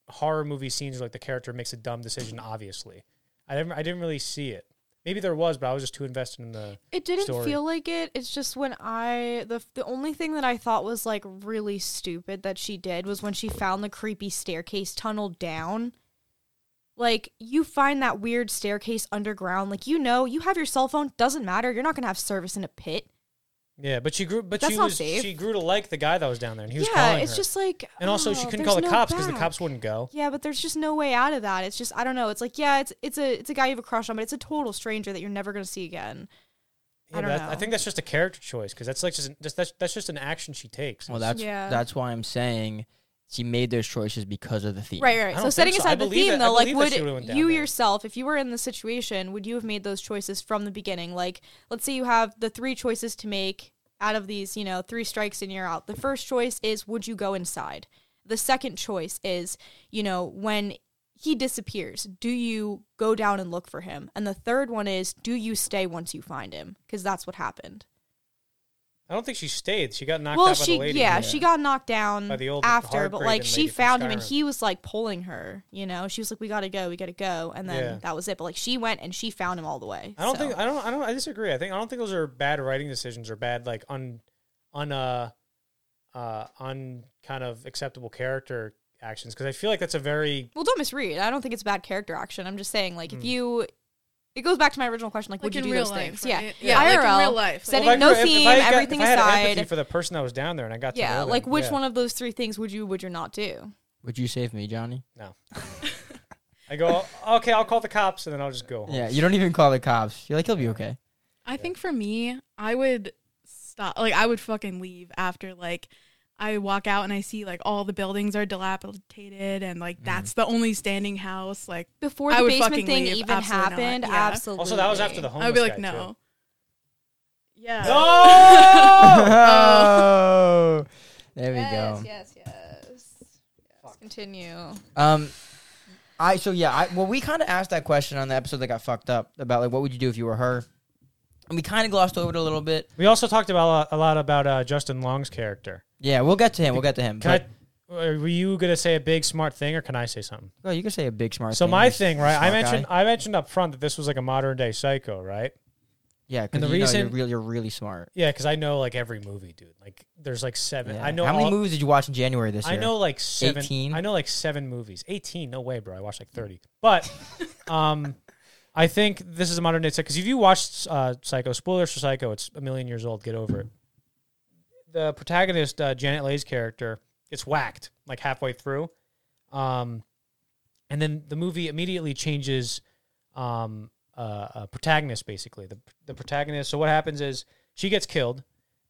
[SPEAKER 1] horror movie scenes where like the character makes a dumb decision obviously i didn't i didn't really see it maybe there was but i was just too invested in the
[SPEAKER 3] It didn't
[SPEAKER 1] story.
[SPEAKER 3] feel like it. It's just when I the the only thing that I thought was like really stupid that she did was when she found the creepy staircase tunnel down. Like you find that weird staircase underground, like you know, you have your cell phone, doesn't matter. You're not going to have service in a pit.
[SPEAKER 1] Yeah, but she grew. But
[SPEAKER 3] That's
[SPEAKER 1] she
[SPEAKER 3] not
[SPEAKER 1] was.
[SPEAKER 3] safe.
[SPEAKER 1] She grew to like the guy that was down there, and he was
[SPEAKER 3] yeah,
[SPEAKER 1] calling
[SPEAKER 3] it's
[SPEAKER 1] her.
[SPEAKER 3] just like
[SPEAKER 1] and also, she
[SPEAKER 3] oh,
[SPEAKER 1] couldn't call the
[SPEAKER 3] there's no
[SPEAKER 1] cops because the
[SPEAKER 3] back.
[SPEAKER 1] cops wouldn't go.
[SPEAKER 3] Yeah, but there's just no way out of that. It's just I don't know. It's like yeah, it's it's a it's a guy you have a crush on, but it's a total stranger that you're never going to see again.
[SPEAKER 1] Yeah,
[SPEAKER 3] I
[SPEAKER 1] but
[SPEAKER 3] don't
[SPEAKER 1] that- I
[SPEAKER 3] know.
[SPEAKER 1] think that's just a character choice because that's like just, just that's that's just an action she takes.
[SPEAKER 2] Well,
[SPEAKER 1] It's-
[SPEAKER 2] that's
[SPEAKER 3] Yeah.
[SPEAKER 2] that's why I'm saying she made those choices because of the theme.
[SPEAKER 3] Right,
[SPEAKER 1] I
[SPEAKER 3] right.
[SPEAKER 1] don't
[SPEAKER 3] So
[SPEAKER 1] think
[SPEAKER 3] setting
[SPEAKER 1] so. I
[SPEAKER 3] aside the
[SPEAKER 1] believe
[SPEAKER 3] theme,
[SPEAKER 1] that- I
[SPEAKER 3] though, like,
[SPEAKER 1] believe that
[SPEAKER 3] would
[SPEAKER 1] she would've went down
[SPEAKER 3] you
[SPEAKER 1] there.
[SPEAKER 3] yourself, if you were in the situation, would you have made those choices from the beginning? Like, let's say you have the three choices to make out of these, you know, three strikes and you're out. The first choice is, would you go inside? The second choice is, you know, when he disappears, do you go down and look for him? And the third one is, do you stay once you find him? Because that's what happened.
[SPEAKER 1] I don't think she stayed. She got knocked
[SPEAKER 3] well,
[SPEAKER 1] out by
[SPEAKER 3] she,
[SPEAKER 1] the lady.
[SPEAKER 3] yeah, she got knocked down
[SPEAKER 1] By the old
[SPEAKER 3] after, but
[SPEAKER 1] heartbreaking
[SPEAKER 3] like she
[SPEAKER 1] lady from
[SPEAKER 3] found him and
[SPEAKER 1] Skyrim.
[SPEAKER 3] he was like pulling her, you know? She was like, we gotta go, we gotta go. And then
[SPEAKER 1] Yeah.
[SPEAKER 3] that was it. But like she went and she found him all the way.
[SPEAKER 1] I don't
[SPEAKER 3] so.
[SPEAKER 1] think I don't I don't I disagree. I think I don't think those are bad writing decisions or bad like un un uh uh un kind of acceptable character actions because I feel like that's a very
[SPEAKER 3] well, don't misread. I don't think it's bad character action. I'm just saying,
[SPEAKER 1] Hmm.
[SPEAKER 3] like, if you. It goes back to my original question, like,
[SPEAKER 4] Like
[SPEAKER 3] would you
[SPEAKER 4] in
[SPEAKER 3] do
[SPEAKER 4] real
[SPEAKER 3] those
[SPEAKER 4] life,
[SPEAKER 3] things?
[SPEAKER 4] right?
[SPEAKER 3] Yeah.
[SPEAKER 4] Yeah, like in
[SPEAKER 3] IRL,
[SPEAKER 4] real life.
[SPEAKER 3] setting
[SPEAKER 1] Well, if I-
[SPEAKER 3] no
[SPEAKER 1] if- if
[SPEAKER 3] theme,
[SPEAKER 1] I got-
[SPEAKER 3] everything
[SPEAKER 1] if I had empathy
[SPEAKER 3] aside.
[SPEAKER 1] for the person that was down there and I got to
[SPEAKER 3] Yeah,
[SPEAKER 1] know them,
[SPEAKER 3] like which
[SPEAKER 1] yeah.
[SPEAKER 3] one of those three things would you would you not do?
[SPEAKER 2] Would you save me, Johnny?
[SPEAKER 1] I go okay, I'll call the cops and then I'll just go. Home.
[SPEAKER 2] Yeah, you don't even call the cops. You're like, he'll be okay.
[SPEAKER 4] I think for me, I would stop. Like, I would fucking leave after, like, I walk out and I see, like, all the buildings are dilapidated and,
[SPEAKER 2] Mm-hmm.
[SPEAKER 4] like, that's the only standing house. Like,
[SPEAKER 3] Before
[SPEAKER 4] I
[SPEAKER 3] the
[SPEAKER 4] would
[SPEAKER 3] basement
[SPEAKER 4] fucking
[SPEAKER 3] thing
[SPEAKER 4] leave,
[SPEAKER 3] even
[SPEAKER 4] absolutely not,
[SPEAKER 3] happened,
[SPEAKER 4] yeah.
[SPEAKER 3] absolutely.
[SPEAKER 1] Also, that was after the homeless.
[SPEAKER 4] I would be like,
[SPEAKER 1] guy,
[SPEAKER 4] no.
[SPEAKER 1] too.
[SPEAKER 4] Yeah.
[SPEAKER 1] No.
[SPEAKER 2] Oh, there we go.
[SPEAKER 3] Yes, yes, yes. Continue.
[SPEAKER 2] Um, I so yeah. I well, we kind of asked that question on the episode that got fucked up about like what would you do if you were her, and we kind of glossed over it a little bit.
[SPEAKER 1] We also talked about a lot about uh, Justin Long's character.
[SPEAKER 2] Yeah, we'll get to him. We'll get to him.
[SPEAKER 1] Can
[SPEAKER 2] But,
[SPEAKER 1] I, uh, were you gonna say a big smart thing, or can I say something?
[SPEAKER 2] oh, you can say a big smart.
[SPEAKER 1] So
[SPEAKER 2] thing,
[SPEAKER 1] my
[SPEAKER 2] you're a
[SPEAKER 1] thing, right? I
[SPEAKER 2] smart guy.
[SPEAKER 1] mentioned I mentioned up front that this was like a modern day Psycho, right?
[SPEAKER 2] yeah, because
[SPEAKER 1] and the
[SPEAKER 2] you know you're
[SPEAKER 1] reason-
[SPEAKER 2] really, you're really smart.
[SPEAKER 1] Yeah, because I know like every movie, dude. Like there's like seven.
[SPEAKER 2] Yeah.
[SPEAKER 1] I know
[SPEAKER 2] How many
[SPEAKER 1] all-
[SPEAKER 2] movies did you watch in January this year?
[SPEAKER 1] I know like seven.
[SPEAKER 2] 18?
[SPEAKER 1] I know like seven movies. Eighteen? No way, bro. I watched like thirty. But, um, I think this is a modern day Psycho. Because if you watched uh, Psycho, spoilers for Psycho, it's a million years old. Get over it. The protagonist, uh, Janet Leigh's character, gets whacked like halfway through, um, and then the movie immediately changes. Um, uh, uh, protagonist basically the the protagonist. So what happens is she gets killed,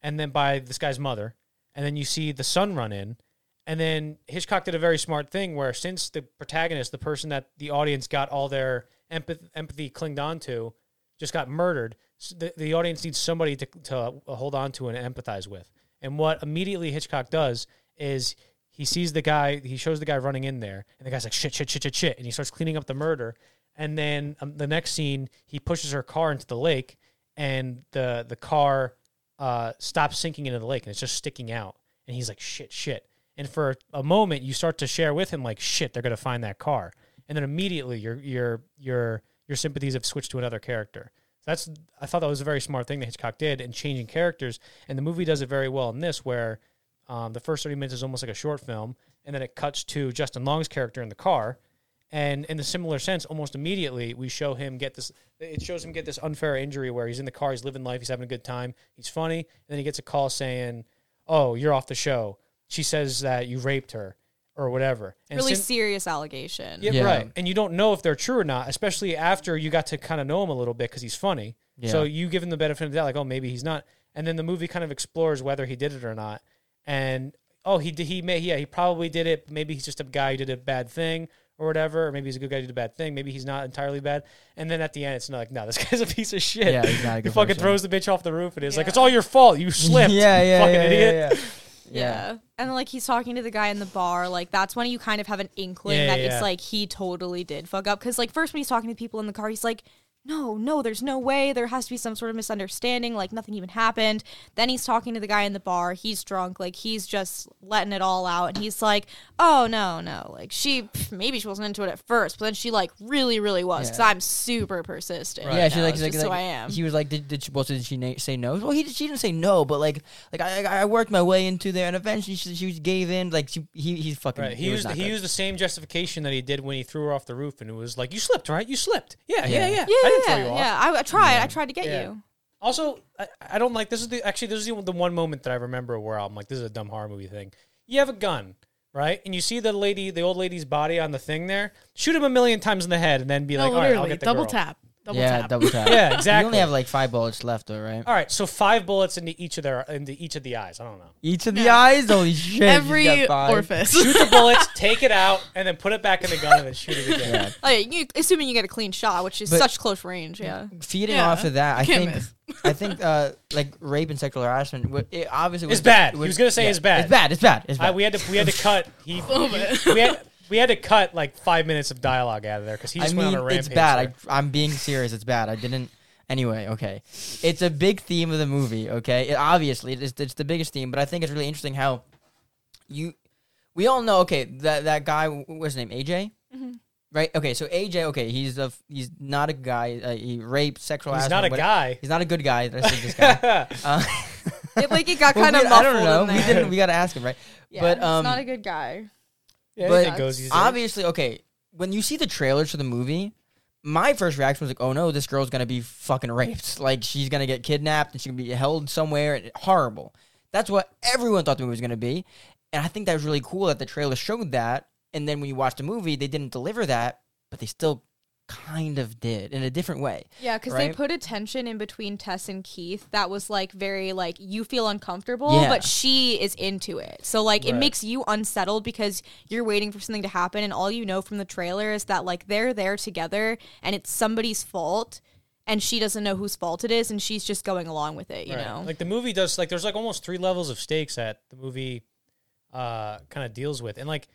[SPEAKER 1] and then by this guy's mother, and then you see the son run in, and then Hitchcock did a very smart thing where since the protagonist, the person that the audience got all their empathy, empathy clinged on to, just got murdered, s- the, the audience needs somebody to, to hold on to and empathize with. And what immediately Hitchcock does is he sees the guy, he shows the guy running in there, and the guy's like, shit, shit, shit, shit, shit. And he starts cleaning up the murder. And then um, the next scene, he pushes her car into the lake, and the, the car uh, stops sinking into the lake, and it's just sticking out. And he's like, shit, shit. And for a moment, you start to share with him, like, shit, they're gonna find that car. And then immediately, your your your your sympathies have switched to another character. So that's I thought that was a very smart thing that Hitchcock did in changing characters. And the movie does it very well in this, where um, the first thirty minutes is almost like a short film, and then it cuts to Justin Long's character in the car. And in the similar sense, almost immediately we show him get this. It shows him get this unfair injury where he's in the car, he's living life, he's having a good time, he's funny, and then he gets a call saying, "Oh, you're off the show." She says that you raped her or whatever. And
[SPEAKER 3] really
[SPEAKER 1] sin-
[SPEAKER 3] serious allegation.
[SPEAKER 1] yeah,
[SPEAKER 2] Yeah.
[SPEAKER 1] right. And you don't know if they're true or not, especially after you got to kind of know him a little bit because he's funny. So
[SPEAKER 2] Yeah.
[SPEAKER 1] you give him the benefit of the doubt, like, oh, maybe he's not. And then the movie kind of explores whether he did it or not. And oh, he did. He may. Yeah, he probably did it. Maybe he's just a guy who did a bad thing or whatever. Or maybe he's a good guy who did a bad thing. Maybe he's not entirely bad. And then at the end, it's not like, no, this guy's a piece of shit.
[SPEAKER 2] Yeah, he's not a
[SPEAKER 1] he
[SPEAKER 2] good
[SPEAKER 1] fucking
[SPEAKER 2] person.
[SPEAKER 1] throws the bitch off the roof and is like,
[SPEAKER 3] Yeah.
[SPEAKER 1] it's all your fault. You slipped.
[SPEAKER 2] Yeah, yeah,
[SPEAKER 1] fucking
[SPEAKER 2] yeah, yeah,
[SPEAKER 1] idiot.
[SPEAKER 2] yeah.
[SPEAKER 3] Yeah. And like he's talking to the guy in the bar, like that's when you kind of have an inkling
[SPEAKER 1] Yeah,
[SPEAKER 3] that
[SPEAKER 1] yeah, yeah.
[SPEAKER 3] it's like he totally did fuck up. Cause like first when he's talking to people in the car, he's like, no, no, there's no way. There has to be some sort of misunderstanding. Like nothing even happened. Then he's talking to the guy in the bar. He's drunk. Like he's just letting it all out. And he's like, oh, no, no. Like she, pff, maybe she wasn't into it at first, but then she like really, really was. Cause
[SPEAKER 2] Yeah.
[SPEAKER 3] I'm super persistent.
[SPEAKER 2] Yeah,
[SPEAKER 3] right
[SPEAKER 2] she's
[SPEAKER 3] now.
[SPEAKER 2] like,
[SPEAKER 3] It's
[SPEAKER 2] she's like,
[SPEAKER 3] just who
[SPEAKER 2] like-
[SPEAKER 3] I am.
[SPEAKER 2] He was like, did, did she? Well, did she na- say no? Well, he she didn't say no, but like, like I, I I worked my way into there, and eventually she, she was gave in. Like she, he, he's fucking.
[SPEAKER 1] Right. He
[SPEAKER 2] it was
[SPEAKER 1] used
[SPEAKER 2] not
[SPEAKER 1] he
[SPEAKER 2] good.
[SPEAKER 1] used the same justification that he did when he threw her off the roof, and it was like, "You slipped, right? You slipped. Yeah, yeah, yeah.
[SPEAKER 2] Yeah.
[SPEAKER 3] yeah,
[SPEAKER 1] I didn't throw you
[SPEAKER 3] yeah,
[SPEAKER 1] off."
[SPEAKER 3] yeah. I, I tried. I tried to get
[SPEAKER 1] Yeah.
[SPEAKER 3] you.
[SPEAKER 1] Also, I, I don't like this is the actually this is the, the one moment that I remember where I'm like, "This is a dumb horror movie thing." You have a gun, right? And you see the lady, the old lady's body on the thing there. Shoot him a million times in the head, and then be
[SPEAKER 4] No,
[SPEAKER 1] like, "All right,
[SPEAKER 4] literally,
[SPEAKER 1] I'll get the
[SPEAKER 4] double
[SPEAKER 1] girl."
[SPEAKER 4] tap. Double
[SPEAKER 2] yeah,
[SPEAKER 4] tap.
[SPEAKER 2] double tap.
[SPEAKER 1] Yeah,
[SPEAKER 2] You only
[SPEAKER 1] exactly.
[SPEAKER 2] have like five bullets left, though, right?
[SPEAKER 4] Uh,
[SPEAKER 1] All right, so five bullets into each of their into each of the eyes. I don't know.
[SPEAKER 2] Each of the
[SPEAKER 4] Yeah.
[SPEAKER 2] eyes. Holy shit! you got
[SPEAKER 4] Every
[SPEAKER 2] five.
[SPEAKER 4] orifice.
[SPEAKER 1] Shoot the bullets, take it out, and then put it back in the gun, and then shoot it again.
[SPEAKER 2] Yeah.
[SPEAKER 3] Oh, yeah, you, assuming you get a clean shot, which is
[SPEAKER 2] But-
[SPEAKER 3] such close range, yeah.
[SPEAKER 2] Feeding
[SPEAKER 4] Yeah.
[SPEAKER 2] off of that, I
[SPEAKER 4] Can't
[SPEAKER 2] think,
[SPEAKER 4] miss.
[SPEAKER 2] I think, uh, like rape and sexual harassment. wa- It obviously was
[SPEAKER 1] It's bad. He was gonna say it's bad.
[SPEAKER 2] It's bad. It's bad. It's
[SPEAKER 1] I,
[SPEAKER 2] bad.
[SPEAKER 1] we had to we had to cut. He, we had we had to cut like five minutes of dialogue out of there because he
[SPEAKER 2] I
[SPEAKER 1] just
[SPEAKER 2] mean,
[SPEAKER 1] went on a rampage.
[SPEAKER 2] it's bad.
[SPEAKER 1] there.
[SPEAKER 2] I, I'm being serious. It's bad. I didn't. Anyway, okay. It's a big theme of the movie. Okay, it, obviously, it's, it's the biggest theme. But I think it's really interesting how you, we all know. Okay, that that guy. wh- What's his name? AJ.
[SPEAKER 3] Mm-hmm.
[SPEAKER 2] Right. Okay. So AJ. Okay. He's a. f- He's not a guy. Uh, he raped sexual.
[SPEAKER 1] He's
[SPEAKER 2] harassment,
[SPEAKER 1] not a
[SPEAKER 2] what-
[SPEAKER 1] guy.
[SPEAKER 2] He's not a good guy. Let's say this guy. Uh,
[SPEAKER 3] It, like it got
[SPEAKER 2] well,
[SPEAKER 3] kind of
[SPEAKER 2] we- I
[SPEAKER 3] muffled.
[SPEAKER 2] don't know.
[SPEAKER 3] in
[SPEAKER 2] We
[SPEAKER 3] there.
[SPEAKER 2] didn't. We gotta ask him, right?
[SPEAKER 3] Yeah,
[SPEAKER 2] but,
[SPEAKER 3] he's
[SPEAKER 2] um,
[SPEAKER 3] not a good guy.
[SPEAKER 1] Yeah,
[SPEAKER 2] But
[SPEAKER 1] it goes easy.
[SPEAKER 2] obviously, okay. When you see the trailers for the movie, my first reaction was like, "Oh no, this girl's gonna be fucking raped. Like she's gonna get kidnapped and she's gonna be held somewhere. And horrible." That's what everyone thought the movie was gonna be, and I think that was really cool that the trailer showed that. And then when you watch the movie, they didn't deliver that, but they still kind of did in a different way.
[SPEAKER 3] Yeah, because they
[SPEAKER 2] Right?
[SPEAKER 3] put a tension in between Tess and Keith that was like very like you feel uncomfortable,
[SPEAKER 2] Yeah.
[SPEAKER 3] but she is into it. So like it
[SPEAKER 1] Right.
[SPEAKER 3] makes you unsettled because you're waiting for something to happen, and all you know from the trailer is that like they're there together, and it's somebody's fault, and she doesn't know whose fault it is, and she's just going along with it. You
[SPEAKER 1] Right.
[SPEAKER 3] know,
[SPEAKER 1] like the movie does. Like there's like almost three levels of stakes that the movie uh, kind of deals with, and like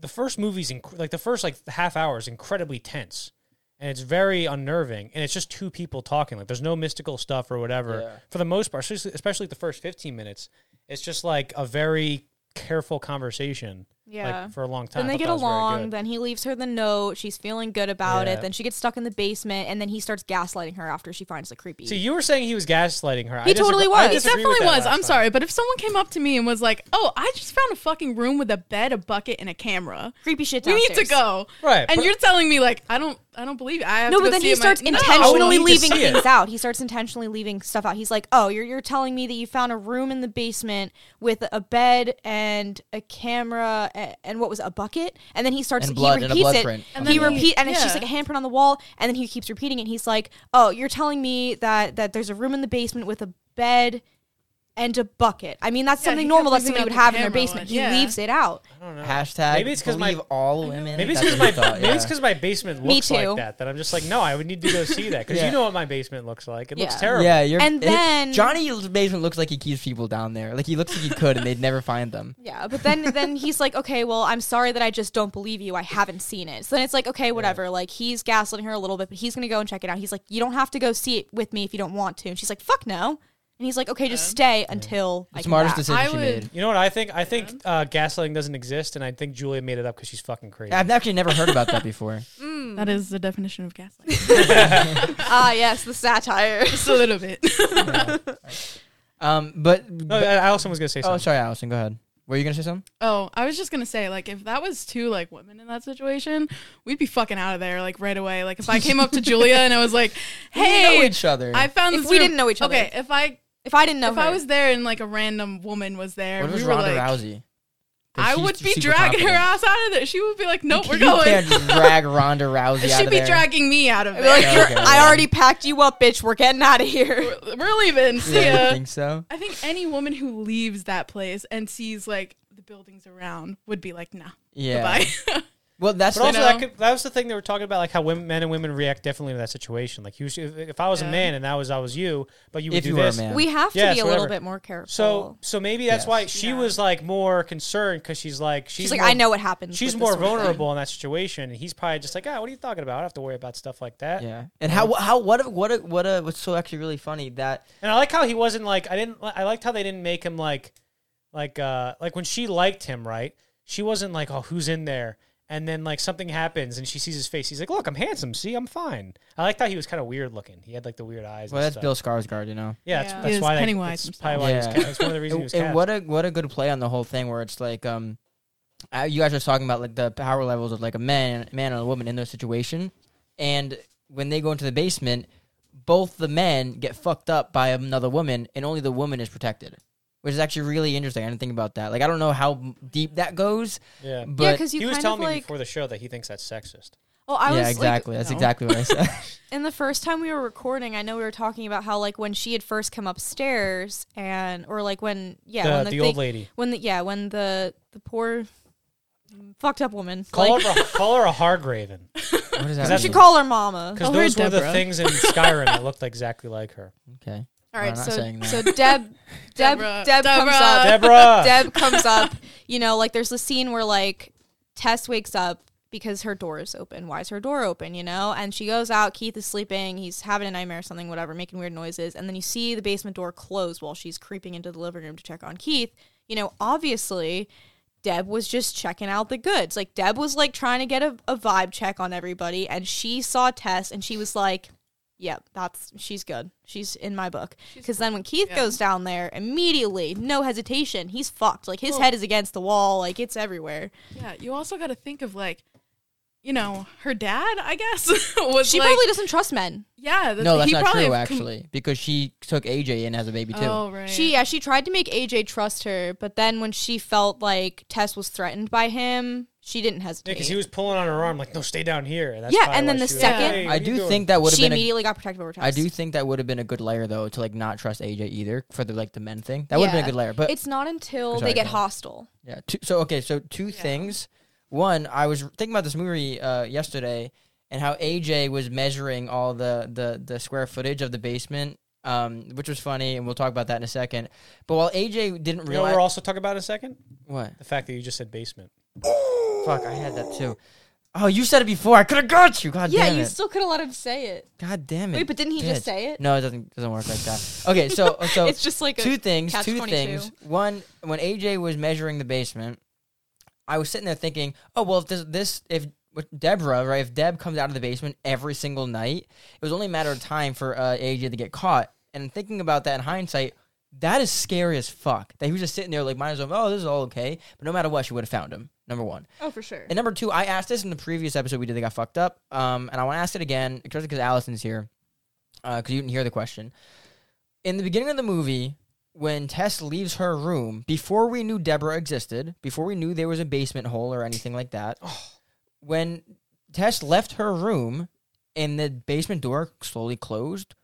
[SPEAKER 1] the first movie's inc- like the first like half hour is incredibly tense, and it's very unnerving, and it's just two people talking. Like there's no mystical stuff or whatever
[SPEAKER 2] Yeah.
[SPEAKER 1] for the most part, especially, especially the first 15 minutes. It's just like a very careful conversation,
[SPEAKER 3] Yeah.
[SPEAKER 1] like for a long time.
[SPEAKER 3] Then
[SPEAKER 1] I
[SPEAKER 3] they
[SPEAKER 1] thought
[SPEAKER 3] get
[SPEAKER 1] that was very
[SPEAKER 3] along.
[SPEAKER 1] good.
[SPEAKER 3] Then he leaves her the note. She's feeling good about
[SPEAKER 1] Yeah.
[SPEAKER 3] it. Then she gets stuck in the basement, and then he starts gaslighting her after she finds the creepy.
[SPEAKER 1] See, you were saying he was gaslighting her.
[SPEAKER 3] He totally was. He
[SPEAKER 4] It definitely was. I'm sorry, but if someone came up to me and was like, "Oh, I just found a fucking room with a bed, a bucket, and a camera.
[SPEAKER 3] creepy shit.
[SPEAKER 4] We
[SPEAKER 3] Downstairs.
[SPEAKER 4] need to go."
[SPEAKER 1] Right,
[SPEAKER 4] And
[SPEAKER 1] but-
[SPEAKER 4] you're telling me like, "I don't, I don't believe it. I have
[SPEAKER 3] No,
[SPEAKER 4] to go
[SPEAKER 3] but then
[SPEAKER 4] see
[SPEAKER 3] he
[SPEAKER 4] it my-
[SPEAKER 3] starts
[SPEAKER 4] No.
[SPEAKER 1] I
[SPEAKER 3] intentionally
[SPEAKER 1] would need to
[SPEAKER 3] leaving
[SPEAKER 1] see it.
[SPEAKER 3] things out. He starts intentionally leaving stuff out. He's like, "Oh, you're you're telling me that you found a room in the basement with a bed and a camera and, and what was it, a bucket?" And then he starts
[SPEAKER 2] And blood,
[SPEAKER 3] he
[SPEAKER 2] and a
[SPEAKER 3] repeats
[SPEAKER 2] blood
[SPEAKER 3] it.
[SPEAKER 2] print.
[SPEAKER 4] And
[SPEAKER 3] he
[SPEAKER 4] then he-
[SPEAKER 3] repeat and it's just
[SPEAKER 4] yeah.
[SPEAKER 3] like a handprint on the wall and then he keeps repeating it. He's like, "Oh, you're telling me that that there's a room in the basement with a bed and a bucket." I mean, that's
[SPEAKER 4] Yeah, he
[SPEAKER 3] something
[SPEAKER 4] kept
[SPEAKER 3] normal that
[SPEAKER 4] leaving
[SPEAKER 3] somebody
[SPEAKER 4] out
[SPEAKER 3] would
[SPEAKER 4] the
[SPEAKER 3] have in their
[SPEAKER 4] camera
[SPEAKER 3] basement.
[SPEAKER 4] one,
[SPEAKER 3] He
[SPEAKER 4] yeah.
[SPEAKER 3] leave leaves it out.
[SPEAKER 1] I don't know.
[SPEAKER 2] Hashtag
[SPEAKER 1] Maybe it's 'cause my-
[SPEAKER 2] believe all women.
[SPEAKER 1] Maybe it's
[SPEAKER 2] That's
[SPEAKER 1] because
[SPEAKER 2] what
[SPEAKER 1] my
[SPEAKER 2] we thought,
[SPEAKER 1] maybe it's
[SPEAKER 2] yeah.
[SPEAKER 1] 'cause my basement
[SPEAKER 3] Me
[SPEAKER 1] looks
[SPEAKER 3] too.
[SPEAKER 1] like that. That I'm just like, no, I would need to go see that because
[SPEAKER 2] Yeah.
[SPEAKER 1] you know what my basement looks like. It looks
[SPEAKER 3] Yeah.
[SPEAKER 1] terrible.
[SPEAKER 2] Yeah, you're,
[SPEAKER 3] And
[SPEAKER 2] it-
[SPEAKER 3] then-
[SPEAKER 2] Johnny's basement looks like he keeps people down there. Like he looks like he could, and they'd never find them.
[SPEAKER 3] Yeah, but then then he's like, okay, well, I'm sorry that I just don't believe you. I haven't seen it. So then it's like, okay, whatever. Like he's gaslighting her a little bit, but he's gonna go and check it out. He's like, you don't have to go see it with me if you don't want to. And she's like, fuck no. And he's like, okay, just stay until I come
[SPEAKER 2] Smartest
[SPEAKER 3] back."
[SPEAKER 2] decision
[SPEAKER 4] I
[SPEAKER 2] she
[SPEAKER 4] would-
[SPEAKER 2] made.
[SPEAKER 1] You know what I think? I think uh, gaslighting doesn't exist, and I think Julia made it up because she's fucking crazy.
[SPEAKER 2] I've actually never heard about that before.
[SPEAKER 4] That is the definition of gaslighting.
[SPEAKER 3] Ah, yes, the satire.
[SPEAKER 4] Just a little bit.
[SPEAKER 2] Um, but,
[SPEAKER 1] no,
[SPEAKER 2] but-
[SPEAKER 1] I I also was gonna say something.
[SPEAKER 2] oh, sorry, Allison, go ahead. Were you gonna say something?
[SPEAKER 4] Oh, I was just gonna say, like, if that was two like women in that situation, we'd be fucking out of there like right away. Like, if I came up to Julia and I was like,
[SPEAKER 2] We know
[SPEAKER 4] "Hey,
[SPEAKER 2] each other.
[SPEAKER 4] I found
[SPEAKER 3] If
[SPEAKER 4] this
[SPEAKER 3] we
[SPEAKER 4] room-
[SPEAKER 3] didn't know each other.
[SPEAKER 4] Okay, if I
[SPEAKER 3] If I didn't know
[SPEAKER 4] if
[SPEAKER 3] her,
[SPEAKER 4] I was there and like a random woman was there,
[SPEAKER 2] what
[SPEAKER 4] we
[SPEAKER 2] was
[SPEAKER 4] were
[SPEAKER 2] Ronda
[SPEAKER 4] like,
[SPEAKER 2] Rousey? 'Cause
[SPEAKER 4] I
[SPEAKER 2] she's
[SPEAKER 4] would be
[SPEAKER 2] super
[SPEAKER 4] dragging her
[SPEAKER 2] confident.
[SPEAKER 4] ass out of there. She would be like, "Nope, we're
[SPEAKER 2] you
[SPEAKER 4] going."
[SPEAKER 2] can't drag Ronda Rousey out
[SPEAKER 4] She'd
[SPEAKER 2] of
[SPEAKER 4] be
[SPEAKER 2] there.
[SPEAKER 4] dragging me out of
[SPEAKER 3] I'd be like,
[SPEAKER 4] there.
[SPEAKER 3] "You're-
[SPEAKER 2] Okay,
[SPEAKER 3] I
[SPEAKER 2] yeah.
[SPEAKER 3] already packed you up, bitch. We're getting out of here.
[SPEAKER 4] We're- We're leaving. See
[SPEAKER 2] yeah, you
[SPEAKER 4] ya.
[SPEAKER 2] think so?
[SPEAKER 4] I think any woman who leaves that place and sees like the buildings around would be like, "Nah,
[SPEAKER 2] Yeah.
[SPEAKER 4] bye."
[SPEAKER 2] Well, that's
[SPEAKER 1] But also,
[SPEAKER 4] know.
[SPEAKER 1] that, could, that was the thing they were talking about, like how women, men and women react differently to that situation. Like, you, sh- if, if I was a
[SPEAKER 4] Yeah.
[SPEAKER 1] man and that was I was you, but you would
[SPEAKER 2] If
[SPEAKER 1] do
[SPEAKER 2] you were a
[SPEAKER 1] this.
[SPEAKER 2] man.
[SPEAKER 3] We have to
[SPEAKER 1] Yes,
[SPEAKER 3] be a little
[SPEAKER 1] whatever.
[SPEAKER 3] bit more careful.
[SPEAKER 1] So, so maybe that's
[SPEAKER 2] Yes.
[SPEAKER 1] why she
[SPEAKER 4] Yeah.
[SPEAKER 1] was like more concerned because she's like she's,
[SPEAKER 3] she's like,
[SPEAKER 1] more-
[SPEAKER 3] I know what happens.
[SPEAKER 1] she's
[SPEAKER 3] with this
[SPEAKER 1] more
[SPEAKER 3] sort of thing."
[SPEAKER 1] vulnerable in that situation, and he's probably just like, ah, what are you talking about? I don't have to worry about stuff like that.
[SPEAKER 2] yeah. And how how what a, what a, what a, what's so actually really funny that
[SPEAKER 1] And I like how he wasn't like I didn't I liked how they didn't make him like like uh like when she liked him, right? She wasn't like, "Oh, who's in there?" And then like something happens and she sees his face. He's like, "Look, I'm handsome. See, I'm fine." I liked how he was kind of weird looking. He had like the weird eyes.
[SPEAKER 2] well
[SPEAKER 1] and
[SPEAKER 2] that's
[SPEAKER 1] stuff.
[SPEAKER 2] Bill Skarsgård, you know.
[SPEAKER 1] Yeah, that's,
[SPEAKER 4] Yeah.
[SPEAKER 1] that's
[SPEAKER 4] He was
[SPEAKER 1] why.
[SPEAKER 4] Pennywise
[SPEAKER 1] That's probably why he was
[SPEAKER 2] himself.
[SPEAKER 1] cast. That's one of the reasons he
[SPEAKER 2] And,
[SPEAKER 1] was
[SPEAKER 2] and
[SPEAKER 1] cast.
[SPEAKER 2] what a what a good play on the whole thing where it's like um uh, you guys are talking about like the power levels of like a man man and a woman in their situation and when they go into the basement both the men get fucked up by another woman and only the woman is protected which is actually really interesting i didn't think about that like i don't know how m- deep that goes
[SPEAKER 1] yeah.
[SPEAKER 2] but
[SPEAKER 3] yeah, because you
[SPEAKER 1] He was
[SPEAKER 3] kind
[SPEAKER 1] telling
[SPEAKER 3] of
[SPEAKER 1] me
[SPEAKER 3] like.
[SPEAKER 1] before the show that he thinks that's sexist.
[SPEAKER 3] oh, I
[SPEAKER 2] yeah
[SPEAKER 3] was like,
[SPEAKER 2] exactly that's
[SPEAKER 4] no.
[SPEAKER 2] exactly what i said
[SPEAKER 3] And the first time we were recording, I know we were talking about how like when she had first come upstairs and or like when yeah
[SPEAKER 1] The-
[SPEAKER 3] when
[SPEAKER 1] the old
[SPEAKER 3] thing-
[SPEAKER 1] lady.
[SPEAKER 3] when the yeah when the the poor fucked up woman
[SPEAKER 1] Call
[SPEAKER 3] like
[SPEAKER 1] her, call her a hard raven
[SPEAKER 2] what does
[SPEAKER 1] Is
[SPEAKER 2] that
[SPEAKER 1] that
[SPEAKER 3] you
[SPEAKER 2] mean?
[SPEAKER 3] should call her mama.
[SPEAKER 1] because
[SPEAKER 4] Call her
[SPEAKER 1] those were the
[SPEAKER 4] Deborah.
[SPEAKER 1] things in Skyrim that looked exactly like her.
[SPEAKER 2] okay
[SPEAKER 3] All right,
[SPEAKER 2] I'm not
[SPEAKER 3] so
[SPEAKER 2] saying that.
[SPEAKER 3] so Deb Deb
[SPEAKER 4] Deborah.
[SPEAKER 3] Deb comes
[SPEAKER 4] Deborah.
[SPEAKER 3] up.
[SPEAKER 1] Deborah.
[SPEAKER 3] Deb comes up. You know, like there's the scene where like Tess wakes up because her door is open. Why is her door open? You know, and she goes out. Keith is sleeping. He's having a nightmare or something, whatever, making weird noises. And then you see the basement door close while she's creeping into the living room to check on Keith. You know, obviously. Deb was just checking out the goods. Like Deb was like trying to get a, a vibe check on everybody, and she saw Tess, and she was like, "Yep, that's she's good. She's in my book." Because then when Keith goes down there, immediately, no hesitation, he's fucked. Like his head is against the wall. Like it's everywhere.
[SPEAKER 4] yeah, you also got to think of like, you know, her dad. I guess was
[SPEAKER 3] She
[SPEAKER 4] like,
[SPEAKER 3] probably doesn't trust men.
[SPEAKER 4] yeah. That's,
[SPEAKER 2] no that's
[SPEAKER 4] he
[SPEAKER 2] not
[SPEAKER 4] probably
[SPEAKER 2] true
[SPEAKER 4] have com-
[SPEAKER 2] actually because she took aj in as a baby too
[SPEAKER 4] Oh right.
[SPEAKER 3] She yeah, she tried to make AJ trust her, but then when she felt like Tess was threatened by him, she didn't
[SPEAKER 1] Yeah,
[SPEAKER 3] hesitate.
[SPEAKER 1] because he was pulling on her arm, like, "No, stay down here." And that's
[SPEAKER 3] Yeah,
[SPEAKER 1] probably
[SPEAKER 3] and then
[SPEAKER 1] why
[SPEAKER 3] the
[SPEAKER 1] she was
[SPEAKER 3] second-
[SPEAKER 1] like, "Hey, what
[SPEAKER 2] I
[SPEAKER 1] are you
[SPEAKER 2] do
[SPEAKER 1] doing?"
[SPEAKER 2] think that would have
[SPEAKER 3] she
[SPEAKER 2] been a
[SPEAKER 3] immediately got protective over Tess.
[SPEAKER 2] I do think that would have been a good layer though to like not trust AJ either for the like the men thing. That would have been a
[SPEAKER 3] Yeah.
[SPEAKER 2] good layer. But
[SPEAKER 3] it's not until
[SPEAKER 2] Sorry,
[SPEAKER 3] they get
[SPEAKER 2] go ahead.
[SPEAKER 3] hostile.
[SPEAKER 2] yeah, two, so okay, so two things. One, I was thinking about this movie uh, yesterday and how AJ was measuring all the the the square footage of the basement, um, which was funny, and we'll talk about that in a second. But while AJ didn't
[SPEAKER 1] You know, what
[SPEAKER 2] realize
[SPEAKER 1] we're also talking about in a second
[SPEAKER 2] what
[SPEAKER 1] the fact that you just said basement.
[SPEAKER 2] Fuck, I had that too. Oh, you said it before. I could have got you. God
[SPEAKER 3] yeah,
[SPEAKER 2] damn
[SPEAKER 3] you
[SPEAKER 2] it.
[SPEAKER 3] still could have let him say it.
[SPEAKER 2] God damn it.
[SPEAKER 3] Wait, but didn't he just
[SPEAKER 2] bitch.
[SPEAKER 3] say it?
[SPEAKER 2] No, it doesn't doesn't work like that. Okay, so so
[SPEAKER 3] it's just like a
[SPEAKER 2] two things,
[SPEAKER 3] catch
[SPEAKER 2] two
[SPEAKER 3] 22.
[SPEAKER 2] things. One, when AJ was measuring the basement, I was sitting there thinking, oh well, if this, this if with Deborah, right? If Deb comes out of the basement every single night, it was only a matter of time for uh, AJ to get caught. And thinking about that in hindsight, that is scary as fuck. That he was just sitting there like, might as well. Oh, this is all okay. But no matter what, she would have found him. Number one.
[SPEAKER 4] Oh, for sure.
[SPEAKER 2] And number two, I asked this in the previous episode we did. They got fucked up. Um, and I want to ask it again, especially because Allison's here, because you didn't hear the question. In the beginning of the movie, when Tess leaves her room, before we knew Deborah existed, before we knew there was a basement hole or anything like that, when Tess left her room and the basement door slowly closed,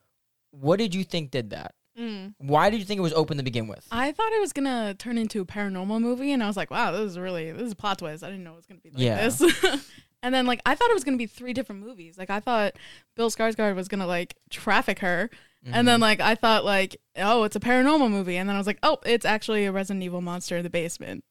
[SPEAKER 2] what did you think did that?
[SPEAKER 4] Mm.
[SPEAKER 2] Why did you think it was open to begin with?
[SPEAKER 4] I thought it was gonna turn into a paranormal movie, and I was like, wow, this is really this is a plot twist. I didn't know it was gonna be like
[SPEAKER 2] Yeah.
[SPEAKER 4] this. and then like I thought it was gonna be three different movies. Like I thought Bill Skarsgård was gonna like traffic her, and then like I thought like oh it's a paranormal movie, and then I was like oh it's actually a Resident Evil monster in the basement.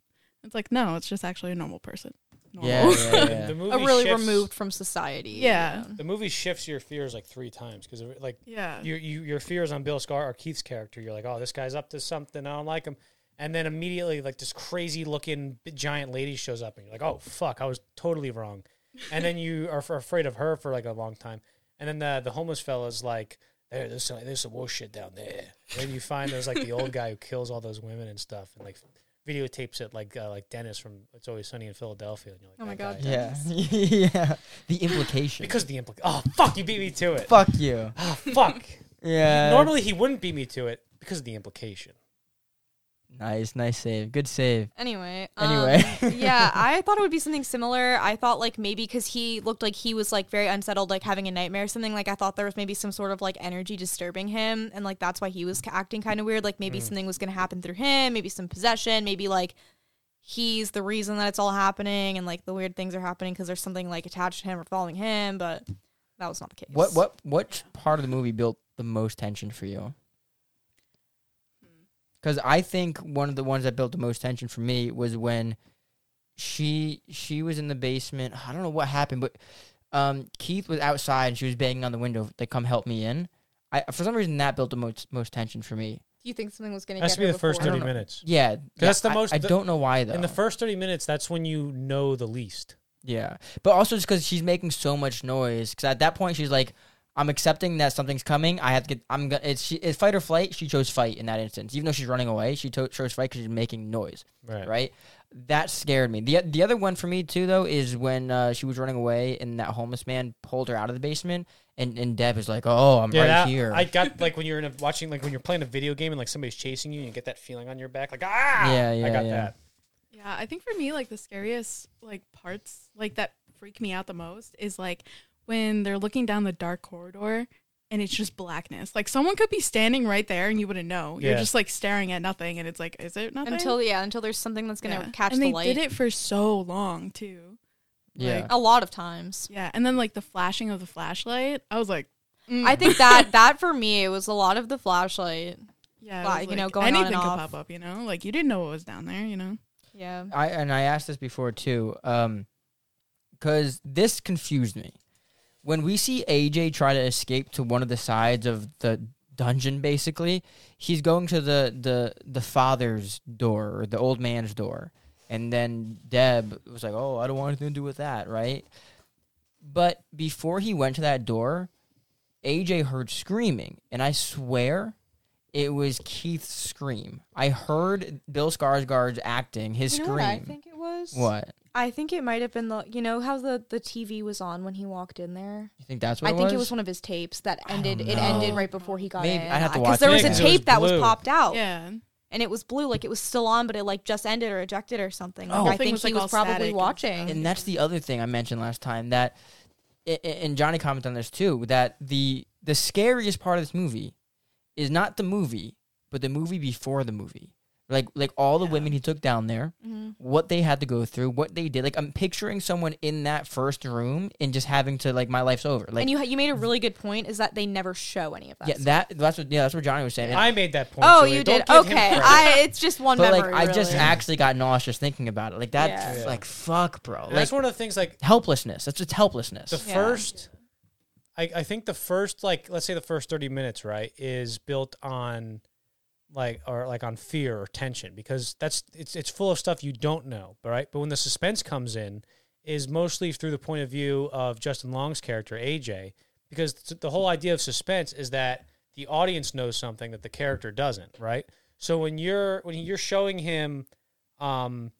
[SPEAKER 4] It's like no, it's just actually a normal person. Normal.
[SPEAKER 2] yeah, yeah, yeah.
[SPEAKER 1] The movie
[SPEAKER 3] A really
[SPEAKER 1] shifts,
[SPEAKER 3] removed from society.
[SPEAKER 4] Yeah.
[SPEAKER 1] The movie shifts your fears like three times because like
[SPEAKER 4] Yeah.
[SPEAKER 1] your you, your fears on Bill Scar or Keith's character. You're like, oh, this guy's up to something. I don't like him. And then immediately, like this crazy looking big giant lady shows up, and you're like, oh fuck, I was totally wrong. And then you are f- afraid of her for like a long time. And then the the homeless fella's like, there, there's some, there's some bullshit down there. And then you find there's like the old guy who kills all those women and stuff, and like videotapes it like uh, like Dennis from It's Always Sunny in Philadelphia. And you're like,
[SPEAKER 3] Oh my
[SPEAKER 1] that
[SPEAKER 3] God,
[SPEAKER 1] guy-
[SPEAKER 2] yeah, yeah. The implication.
[SPEAKER 1] Because of the implication. Oh fuck, you beat me to it.
[SPEAKER 2] Fuck you.
[SPEAKER 1] Oh fuck.
[SPEAKER 2] Yeah.
[SPEAKER 1] Normally he wouldn't beat me to it because of the implication.
[SPEAKER 2] Nice, nice save. Good save.
[SPEAKER 3] Anyway.
[SPEAKER 2] Anyway.
[SPEAKER 3] um, yeah, I thought it would be something similar. I thought like maybe because he looked like he was like very unsettled, like having a nightmare or something. Like I thought there was maybe some sort of like energy disturbing him, and like that's why he was ca- acting kind of weird. Like maybe
[SPEAKER 1] Mm.
[SPEAKER 3] something was gonna happen through him. Maybe some possession. Maybe like he's the reason that it's all happening, and like the weird things are happening because there's something like attached to him or following him. But that was not the case.
[SPEAKER 2] What what what part of the movie built the most tension for you?
[SPEAKER 1] Hmm.
[SPEAKER 2] Because I think one of the ones that built the most tension for me was when she she was in the basement. I don't know what happened, but um, Keith was outside and she was banging on the window. They come help me in. I for some reason that built the most most tension for me.
[SPEAKER 3] Do you think something was gonna?
[SPEAKER 1] Has
[SPEAKER 3] That's
[SPEAKER 1] to be the first
[SPEAKER 2] I don't
[SPEAKER 1] thirty
[SPEAKER 2] know.
[SPEAKER 1] minutes.
[SPEAKER 2] Yeah, yeah,
[SPEAKER 1] that's the
[SPEAKER 2] I-
[SPEAKER 1] most-
[SPEAKER 2] I,
[SPEAKER 1] the-
[SPEAKER 2] don't know why though.
[SPEAKER 1] In the first thirty minutes, that's when you know the least.
[SPEAKER 2] Yeah, but also just because she's making so much noise. Because at that point, she's like, "I'm accepting that something's coming. I have to get. I'm gonna. It's, she, it's fight or flight. She chose fight in that instance, even though she's running away. She to- chose fight because she's making noise. Right. That scared me. the The other one for me too, though, is when uh, she was running away and that homeless man pulled her out of the basement, and and Deb is like, "Oh, I'm
[SPEAKER 1] Yeah,
[SPEAKER 2] right
[SPEAKER 1] that-
[SPEAKER 2] here.
[SPEAKER 1] I got like when you're in a, watching like when you're playing a video game and like somebody's chasing you and you get that feeling on your back like ah
[SPEAKER 2] Yeah,
[SPEAKER 1] I
[SPEAKER 2] yeah,
[SPEAKER 1] got
[SPEAKER 2] yeah.
[SPEAKER 1] that.
[SPEAKER 4] Yeah, I think for me, like the scariest like parts, like that freak me out the most is like when they're looking down the dark corridor and it's just blackness. Like someone could be standing right there and you wouldn't know.
[SPEAKER 1] Yeah.
[SPEAKER 4] You're just like staring at nothing, and it's like, is it nothing?
[SPEAKER 3] until yeah until there's something that's gonna
[SPEAKER 4] Yeah.
[SPEAKER 3] catch
[SPEAKER 4] and
[SPEAKER 3] the
[SPEAKER 4] they
[SPEAKER 3] light.
[SPEAKER 4] did it for so long too.
[SPEAKER 2] yeah,
[SPEAKER 4] like-
[SPEAKER 3] a lot of times.
[SPEAKER 4] Yeah, and then like the flashing of the flashlight, I was like, mm.
[SPEAKER 3] I think that that for me it was a lot of the flashlight.
[SPEAKER 4] yeah, it
[SPEAKER 3] Like,
[SPEAKER 4] was
[SPEAKER 3] you know,
[SPEAKER 4] like,
[SPEAKER 3] going on
[SPEAKER 4] anything
[SPEAKER 3] and
[SPEAKER 4] could
[SPEAKER 3] off.
[SPEAKER 4] pop up. You know, like you didn't know what was down there. You know,
[SPEAKER 3] Yeah.
[SPEAKER 2] I and I asked this before too, um, because this confused me. When we see AJ try to escape to one of the sides of the dungeon, basically, he's going to the the the father's door or the old man's door, and then Deb was like, "Oh, I don't want anything to do with that," right? But before he went to that door, AJ heard screaming, and I swear. It was Keith's scream. I heard Bill Skarsgård's acting, his
[SPEAKER 3] You know
[SPEAKER 2] scream.
[SPEAKER 3] what I think it was?
[SPEAKER 2] What?
[SPEAKER 3] I think it might have been the you know how the the TV was on when he walked in there.
[SPEAKER 2] You think that's what
[SPEAKER 3] I
[SPEAKER 2] it
[SPEAKER 3] think
[SPEAKER 2] was?
[SPEAKER 3] it was one of his tapes that
[SPEAKER 2] don't
[SPEAKER 3] ended. It
[SPEAKER 2] know.
[SPEAKER 3] ended right before he got
[SPEAKER 2] Maybe.
[SPEAKER 3] in.
[SPEAKER 2] I'd have to
[SPEAKER 3] Because
[SPEAKER 2] watch
[SPEAKER 3] there
[SPEAKER 2] it
[SPEAKER 3] was a
[SPEAKER 2] again.
[SPEAKER 3] tape that was
[SPEAKER 1] Blue.
[SPEAKER 3] popped out,
[SPEAKER 4] yeah,
[SPEAKER 3] and it was blue, like it was still on, but it like just ended or ejected or something. Like,
[SPEAKER 2] Oh.
[SPEAKER 3] I
[SPEAKER 2] Thing
[SPEAKER 3] think
[SPEAKER 4] was,
[SPEAKER 3] he
[SPEAKER 4] like, all
[SPEAKER 3] was probably
[SPEAKER 4] static and
[SPEAKER 3] watching.
[SPEAKER 2] and that's the other thing I mentioned last time that, i- i- and Johnny commented on this too, that the the scariest part of this movie is not the movie, but the movie before the movie. like like all the women he took down there,
[SPEAKER 3] Mm-hmm.
[SPEAKER 2] what they had to go through, what they did. Like I'm picturing someone in that first room and just having to like my life's over. Like
[SPEAKER 3] and you ha- you made a really good point is that they never show any of that.
[SPEAKER 2] yeah,
[SPEAKER 3] stuff.
[SPEAKER 2] that that's what yeah that's what Johnny was saying.
[SPEAKER 1] I made that point.
[SPEAKER 3] oh,
[SPEAKER 1] Julia.
[SPEAKER 3] you
[SPEAKER 1] Don't
[SPEAKER 3] did.
[SPEAKER 1] give him
[SPEAKER 3] Okay,
[SPEAKER 1] credit.
[SPEAKER 3] I it's just one
[SPEAKER 2] but like
[SPEAKER 3] memory.
[SPEAKER 2] I just
[SPEAKER 3] really.
[SPEAKER 2] actually got nauseous thinking about it. Like that's
[SPEAKER 3] Yeah.
[SPEAKER 1] Yeah.
[SPEAKER 2] like fuck, bro.
[SPEAKER 1] And
[SPEAKER 2] Like
[SPEAKER 1] that's one of the things. Like
[SPEAKER 2] helplessness. That's just helplessness.
[SPEAKER 1] the
[SPEAKER 3] Yeah.
[SPEAKER 1] first, I, I think the first, like let's say the first thirty minutes, right, is built on, like or like on fear or tension because that's it's it's full of stuff you don't know, right? But when the suspense comes in, is mostly through the point of view of Justin Long's character AJ, because th- the whole idea of suspense is that the audience knows something that the character doesn't, right? So when you're when you're showing him, um,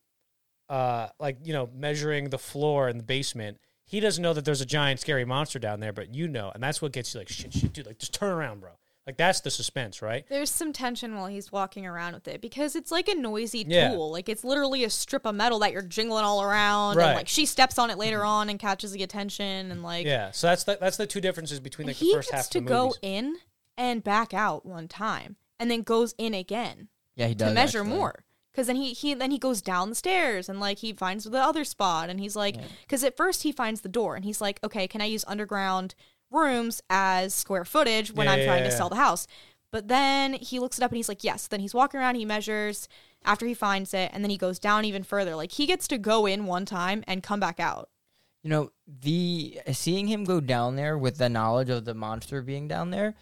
[SPEAKER 1] uh, like you know measuring the floor in the basement, he doesn't know that there's a giant scary monster down there, but you know, and that's what gets you like shit, shit, dude, like just turn around, bro. Like that's the suspense, right?
[SPEAKER 3] There's some tension while he's walking around with it because it's like a noisy
[SPEAKER 1] Yeah.
[SPEAKER 3] tool. Like it's literally a strip of metal that you're jingling all around,
[SPEAKER 1] Right.
[SPEAKER 3] and like she steps on it later on and catches the attention, and like
[SPEAKER 1] Yeah. So that's the, that's the two differences between like the
[SPEAKER 3] he
[SPEAKER 1] first half
[SPEAKER 3] gets
[SPEAKER 1] of
[SPEAKER 3] to
[SPEAKER 1] the
[SPEAKER 3] go
[SPEAKER 1] movies.
[SPEAKER 3] in and back out one time, and then goes in again
[SPEAKER 2] yeah, he
[SPEAKER 3] to
[SPEAKER 2] does
[SPEAKER 3] measure
[SPEAKER 2] actually.
[SPEAKER 3] more. Because then he, he then he goes down the stairs and like he finds the other spot and he's like, because at first he finds the door and he's like, okay, can I use underground rooms as square footage when
[SPEAKER 1] Yeah,
[SPEAKER 3] I'm
[SPEAKER 1] yeah,
[SPEAKER 3] trying
[SPEAKER 1] yeah,
[SPEAKER 3] to
[SPEAKER 1] yeah.
[SPEAKER 3] sell the house? But then he looks it up and he's like, yes. Then he's walking around, he measures after he finds it, and then he goes down even further. Like he gets to go in one time and come back out.
[SPEAKER 2] You know, the seeing him go down there with the knowledge of the monster being down there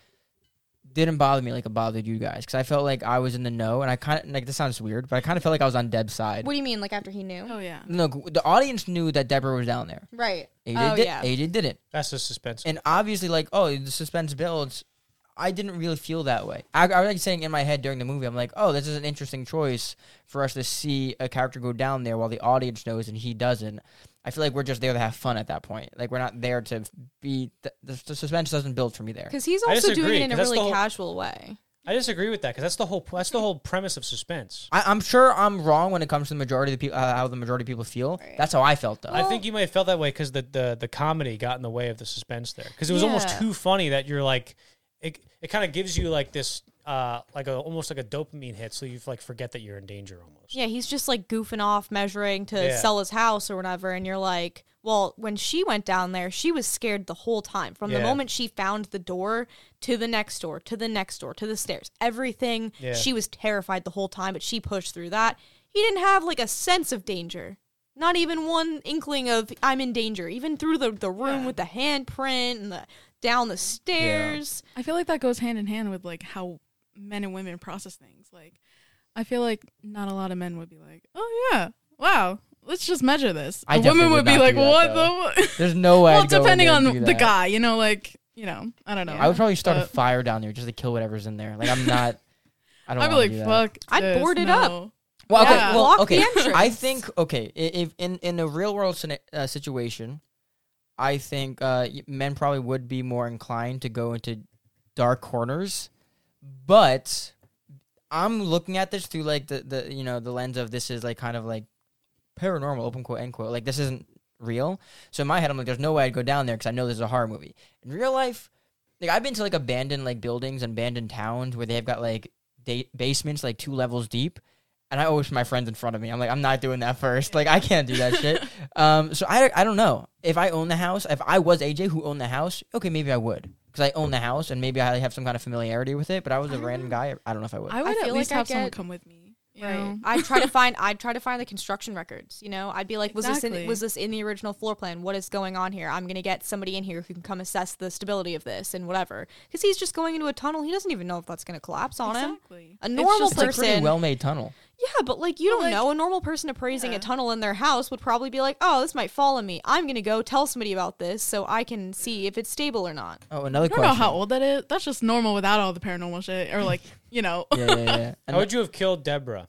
[SPEAKER 2] didn't bother me like it bothered you guys because I felt like I was in the know and I kind of like this sounds weird, but I kind of felt like I was on Deb's side.
[SPEAKER 3] What do you mean? Like after he knew?
[SPEAKER 4] Oh yeah.
[SPEAKER 2] No, the audience knew that Deborah was down there.
[SPEAKER 3] Right.
[SPEAKER 2] AJ
[SPEAKER 3] oh
[SPEAKER 2] did,
[SPEAKER 3] yeah.
[SPEAKER 2] AJ didn't,
[SPEAKER 1] That's the suspense.
[SPEAKER 2] and obviously, like, oh, the suspense builds. I didn't really feel that way. I, I was like saying in my head during the movie, I'm like, oh, this is an interesting choice for us to see a character go down there while the audience knows and he doesn't. I feel like we're just there to have fun at that point. Like we're not there to be. The, the, the suspense doesn't build for me there.
[SPEAKER 3] Because he's
[SPEAKER 1] I
[SPEAKER 3] also
[SPEAKER 1] disagree,
[SPEAKER 3] doing it in
[SPEAKER 1] 'cause
[SPEAKER 3] a
[SPEAKER 1] that's
[SPEAKER 3] really
[SPEAKER 1] the whole-
[SPEAKER 3] casual way.
[SPEAKER 1] I disagree with that because that's the whole that's the whole premise of suspense.
[SPEAKER 2] I, I'm sure I'm wrong when it comes to the majority of the people, uh, how the majority of people feel. That's how I felt though.
[SPEAKER 1] I
[SPEAKER 3] Oh.
[SPEAKER 1] think you may have felt that way because the, the the comedy got in the way of the suspense there because it was almost
[SPEAKER 3] Yeah.
[SPEAKER 1] too funny that you're like it. It kind of gives you like this uh like a almost like a dopamine hit so you like forget that you're in danger almost.
[SPEAKER 3] Yeah, he's just like goofing off, measuring to
[SPEAKER 1] Yeah.
[SPEAKER 3] sell his house or whatever. And you're like, well, when she went down there, she was scared the whole time. From the
[SPEAKER 1] Yeah.
[SPEAKER 3] moment she found the door to the next door, to the next door, to the stairs, everything,
[SPEAKER 1] Yeah.
[SPEAKER 3] she was terrified the whole time, but she pushed through that. He didn't have like a sense of danger. Not even one inkling of I'm in danger, even through the, the room with the handprint and the down the stairs.
[SPEAKER 4] I feel like that goes hand in hand with like how men and women process things. Like, I feel like not a lot of men would be like, "Oh yeah, wow, let's just measure this."
[SPEAKER 2] I
[SPEAKER 4] A
[SPEAKER 2] definitely
[SPEAKER 4] woman
[SPEAKER 2] would
[SPEAKER 4] would be
[SPEAKER 2] not
[SPEAKER 4] like,
[SPEAKER 2] do that,
[SPEAKER 4] "What
[SPEAKER 2] though.
[SPEAKER 4] the?" What?
[SPEAKER 2] There's no way.
[SPEAKER 4] well,
[SPEAKER 2] I'd go in
[SPEAKER 4] depending
[SPEAKER 2] there and do
[SPEAKER 4] on the
[SPEAKER 2] that.
[SPEAKER 4] guy, Uh, you know, like you know, I don't know.
[SPEAKER 2] I would probably start a
[SPEAKER 4] But-
[SPEAKER 2] fire down there just to kill whatever's in there. Like I'm not. I don't.
[SPEAKER 4] I'd be
[SPEAKER 2] wanna
[SPEAKER 4] like,
[SPEAKER 2] do that.
[SPEAKER 4] "Fuck."
[SPEAKER 3] I'd
[SPEAKER 4] this,
[SPEAKER 3] board it
[SPEAKER 4] no."
[SPEAKER 3] up.
[SPEAKER 2] Well, okay.
[SPEAKER 4] Yeah.
[SPEAKER 2] Well,
[SPEAKER 3] Block the
[SPEAKER 2] okay. I
[SPEAKER 3] entrance.
[SPEAKER 2] think okay. i- If in in a real world sina- uh, situation, I think uh, y- men probably would be more inclined to go into dark corners, but I'm looking at this through like the the you know the lens of this is like kind of like paranormal open quote end quote like this isn't real. So in my head, I'm like, there's no way I'd go down there because I know this is a horror movie. In real life, like I've been to like abandoned like buildings and abandoned towns where they've got like da- basements like two levels deep. And I always put my friends in front of me. I'm like, I'm not doing that first. Like, I can't do that shit. Um, so I, I don't know. If I own the house, if I was AJ who owned the house, okay, maybe I would. Because I own the house and maybe I have some kind of familiarity with it. But I was a random guy. I don't know if I would.
[SPEAKER 4] I would
[SPEAKER 3] feel
[SPEAKER 4] at least
[SPEAKER 3] like I
[SPEAKER 4] have someone
[SPEAKER 3] get-
[SPEAKER 4] come with me. You
[SPEAKER 3] Right.
[SPEAKER 4] know?
[SPEAKER 3] I'd try to find I'd try to find the construction records, you know? I'd be like, was this
[SPEAKER 4] Exactly.
[SPEAKER 3] in was this in the original floor plan? What is going on here? I'm going to get somebody in here who can come assess the stability of this and whatever. Cuz he's just going into a tunnel. He doesn't even know if that's going to collapse on him.
[SPEAKER 4] Exactly.
[SPEAKER 3] A normal
[SPEAKER 2] it's a
[SPEAKER 3] person
[SPEAKER 2] pretty well made tunnel.
[SPEAKER 3] Yeah, but like you
[SPEAKER 4] But,
[SPEAKER 3] don't
[SPEAKER 4] like-
[SPEAKER 3] know a normal person appraising
[SPEAKER 4] Yeah.
[SPEAKER 3] a tunnel in their house would probably be like, "Oh, this might fall on me. I'm going to go tell somebody about this so I can see if it's stable or not."
[SPEAKER 2] Oh, another
[SPEAKER 4] I don't
[SPEAKER 2] question.
[SPEAKER 4] know how old that is. That's just normal without all the paranormal shit, or like you know.
[SPEAKER 2] Yeah, yeah, yeah.
[SPEAKER 1] How would you have killed Deborah?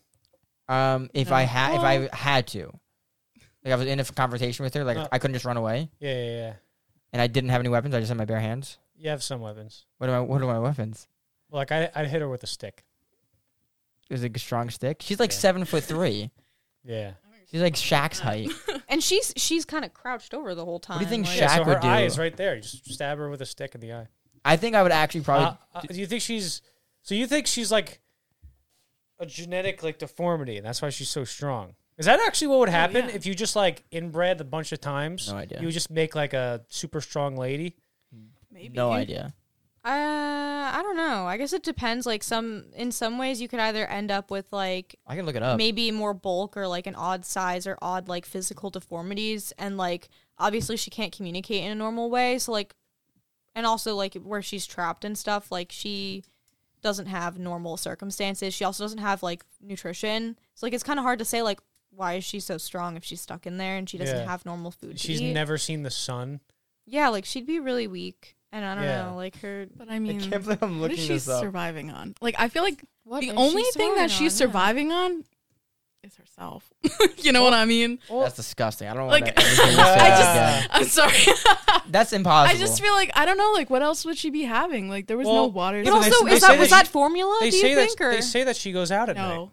[SPEAKER 2] Um, if I
[SPEAKER 4] No.
[SPEAKER 2] had,
[SPEAKER 4] Well-
[SPEAKER 2] if I had to, like I was in a conversation with her, like
[SPEAKER 1] Uh.
[SPEAKER 2] I couldn't just run away,
[SPEAKER 1] Yeah, yeah, yeah.
[SPEAKER 2] and I didn't have any weapons. I just had my bare hands.
[SPEAKER 1] You have some weapons.
[SPEAKER 2] What are my What are my weapons?
[SPEAKER 1] Like I, I'd hit her with a stick.
[SPEAKER 2] It was like a strong stick. She's like
[SPEAKER 1] Yeah.
[SPEAKER 2] seven foot three.
[SPEAKER 1] Yeah.
[SPEAKER 2] She's like Shaq's height.
[SPEAKER 3] And she's she's kind of crouched over the whole time.
[SPEAKER 2] do you think
[SPEAKER 3] like-
[SPEAKER 2] Shaq-
[SPEAKER 1] Oh, yeah so her
[SPEAKER 2] would do-
[SPEAKER 1] eye is right there. You just stab her with a stick in the eye.
[SPEAKER 2] I think I would actually probably.
[SPEAKER 1] Uh, uh, do you think she's? So you think she's like? a genetic like deformity, and that's why she's so strong. Is that actually what would happen
[SPEAKER 4] yeah.
[SPEAKER 1] if you just like inbred a bunch of times?
[SPEAKER 2] No idea.
[SPEAKER 1] You would just make like a super strong lady.
[SPEAKER 4] Maybe.
[SPEAKER 2] No idea.
[SPEAKER 3] Uh, I don't know. I guess it depends. Like some, in some ways, you could either end up with like
[SPEAKER 2] I can look it up.
[SPEAKER 3] maybe more bulk or like an odd size or odd like physical deformities, and like obviously she can't communicate in a normal way. So like, and also like where she's trapped and stuff. Like she doesn't have normal circumstances. She also doesn't have like nutrition. So like it's kind of hard to say like why is she so strong if she's stuck in there and she doesn't
[SPEAKER 1] Yeah.
[SPEAKER 3] have normal food. to
[SPEAKER 1] She's
[SPEAKER 3] eat.
[SPEAKER 1] never seen the sun.
[SPEAKER 3] Yeah, like she'd be really weak, and I don't
[SPEAKER 1] Yeah.
[SPEAKER 3] know, like her.
[SPEAKER 4] But I mean,
[SPEAKER 2] believe I'm
[SPEAKER 4] what is she surviving on? Like, I feel like
[SPEAKER 3] What
[SPEAKER 4] the only thing that she's surviving on is herself. you know what I mean?
[SPEAKER 2] That's disgusting. I don't want
[SPEAKER 4] Like-
[SPEAKER 2] to anything you say
[SPEAKER 1] I
[SPEAKER 2] that
[SPEAKER 4] I'm sorry.
[SPEAKER 2] again. That's impossible.
[SPEAKER 4] I just feel like I don't know. Like, what else would she be having? Like, there was no
[SPEAKER 1] Well,
[SPEAKER 4] water.
[SPEAKER 1] But
[SPEAKER 3] But
[SPEAKER 4] there was
[SPEAKER 1] also,
[SPEAKER 3] also,
[SPEAKER 1] they is
[SPEAKER 3] is
[SPEAKER 1] say that-
[SPEAKER 3] that
[SPEAKER 1] that was
[SPEAKER 3] was
[SPEAKER 1] she- that
[SPEAKER 3] that formula?
[SPEAKER 1] They
[SPEAKER 3] do
[SPEAKER 1] say
[SPEAKER 3] you
[SPEAKER 1] that
[SPEAKER 3] think, or
[SPEAKER 1] they say that she goes out at night,
[SPEAKER 4] no.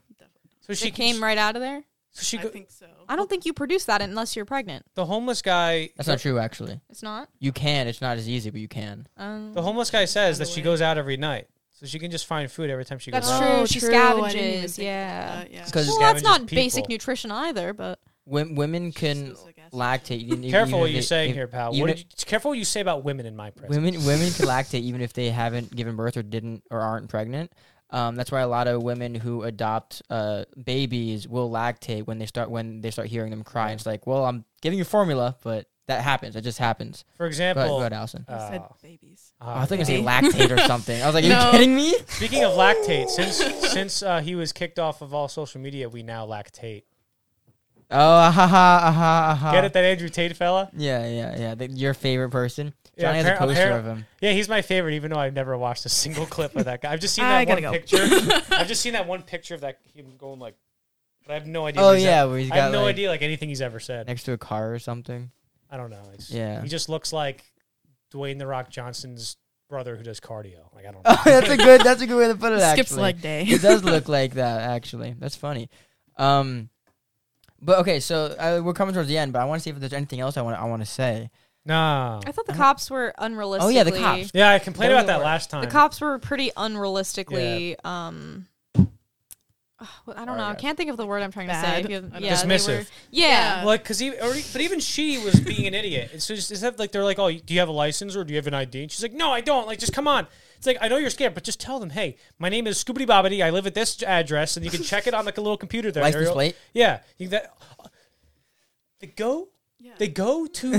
[SPEAKER 1] so she
[SPEAKER 3] came right out of there?
[SPEAKER 1] So she
[SPEAKER 4] I
[SPEAKER 1] go-
[SPEAKER 4] think so.
[SPEAKER 3] I don't think you produce that unless you're pregnant.
[SPEAKER 1] the homeless guy.
[SPEAKER 2] That's not true, actually.
[SPEAKER 3] It's not.
[SPEAKER 2] You can. It's not as easy, but you can.
[SPEAKER 3] Um,
[SPEAKER 1] The homeless guy says that she
[SPEAKER 4] away.
[SPEAKER 1] goes out every night, so she can just find food every time she
[SPEAKER 3] That's
[SPEAKER 1] goes out.
[SPEAKER 3] true.
[SPEAKER 4] Oh,
[SPEAKER 3] she
[SPEAKER 4] true, I didn't even
[SPEAKER 3] scavenges,
[SPEAKER 4] think
[SPEAKER 3] yeah.
[SPEAKER 4] about that, yeah.
[SPEAKER 2] 'Cause
[SPEAKER 3] well,
[SPEAKER 1] Scavenges
[SPEAKER 3] that's not basic
[SPEAKER 1] people.
[SPEAKER 3] nutrition either, but
[SPEAKER 2] Wom- women can
[SPEAKER 4] just like acid.
[SPEAKER 2] lactate. even- even
[SPEAKER 1] Careful what
[SPEAKER 2] if
[SPEAKER 1] you're
[SPEAKER 2] they-
[SPEAKER 1] saying
[SPEAKER 2] if-
[SPEAKER 1] here, pal.
[SPEAKER 2] even
[SPEAKER 1] What
[SPEAKER 2] if-
[SPEAKER 1] did you, careful what you say about women in my presence.
[SPEAKER 2] Women women can lactate even if they haven't given birth or didn't or aren't pregnant. Um, that's why a lot of women who adopt uh, babies will lactate when they start when they start hearing them cry. It's like, well, I'm giving you formula, but that happens. It just happens.
[SPEAKER 1] For
[SPEAKER 2] Go ahead,
[SPEAKER 1] example,
[SPEAKER 2] go ahead, Allison.
[SPEAKER 4] You said
[SPEAKER 1] Oh.
[SPEAKER 4] babies.
[SPEAKER 1] uh,
[SPEAKER 2] I think it's
[SPEAKER 4] okay.
[SPEAKER 2] a lactate or something. I was like, are
[SPEAKER 4] No.
[SPEAKER 2] you kidding me?
[SPEAKER 1] Speaking of lactate, since since uh, he was kicked off of all social media, we now lactate.
[SPEAKER 2] Oh, ah, ha ha ah, ha ah, ha.
[SPEAKER 1] Get it, that Andrew Tate fella?
[SPEAKER 2] Yeah, yeah, yeah. The, your favorite person.
[SPEAKER 1] Yeah,
[SPEAKER 2] Johnny has a
[SPEAKER 1] appar-
[SPEAKER 2] poster
[SPEAKER 1] appar-
[SPEAKER 2] of him.
[SPEAKER 1] Yeah, he's my favorite, even though I've never watched a single clip of that guy. I've just seen
[SPEAKER 4] I
[SPEAKER 1] that one
[SPEAKER 4] gotta go.
[SPEAKER 1] picture. I've just seen that one picture of that him going like, but I have no idea.
[SPEAKER 2] Oh
[SPEAKER 1] what he's
[SPEAKER 2] yeah, where he's
[SPEAKER 1] at- I
[SPEAKER 2] got
[SPEAKER 1] have no
[SPEAKER 2] like,
[SPEAKER 1] idea like anything he's ever said.
[SPEAKER 2] next to a car or something.
[SPEAKER 1] I don't know. It's,
[SPEAKER 2] Yeah.
[SPEAKER 1] he just looks like Dwayne the Rock Johnson's brother who does cardio. Like I don't. know.
[SPEAKER 2] Oh, that's a good. That's a good way to put it.
[SPEAKER 4] Skips
[SPEAKER 2] actually.
[SPEAKER 4] leg day.
[SPEAKER 2] it does look like that actually that's funny um but okay so uh, we're coming towards the end but i want to see if there's anything else i want i want to say
[SPEAKER 1] No.
[SPEAKER 3] I thought the
[SPEAKER 2] I don't-
[SPEAKER 3] cops were unrealistically.
[SPEAKER 2] oh yeah the cops
[SPEAKER 1] Yeah, I complained
[SPEAKER 2] That
[SPEAKER 1] about
[SPEAKER 2] doesn't
[SPEAKER 1] that
[SPEAKER 2] work.
[SPEAKER 1] last time.
[SPEAKER 3] The cops were pretty unrealistically. Um, ugh, well, I don't
[SPEAKER 2] Sorry,
[SPEAKER 3] know. I
[SPEAKER 2] guys.
[SPEAKER 3] can't think of the word I'm trying to say.
[SPEAKER 4] Bad.
[SPEAKER 3] If you-
[SPEAKER 4] I don't-
[SPEAKER 3] Yeah, they
[SPEAKER 1] Dismissive.
[SPEAKER 3] were- yeah.
[SPEAKER 4] Yeah.
[SPEAKER 1] Like, cause even, or, but even she was being an idiot. It's just, it's that, like they're like, oh, do you have a license or do you have an ID? And she's like, no, I don't. Like, just come on. It's like I know you're scared, but just tell them, hey, my name is Scoobity Bobbity. I live at this address, and you can check it on like a little computer there.
[SPEAKER 2] license
[SPEAKER 1] Ariel.
[SPEAKER 2] plate
[SPEAKER 1] Yeah, you, that. They go,
[SPEAKER 4] Yeah.
[SPEAKER 1] they go to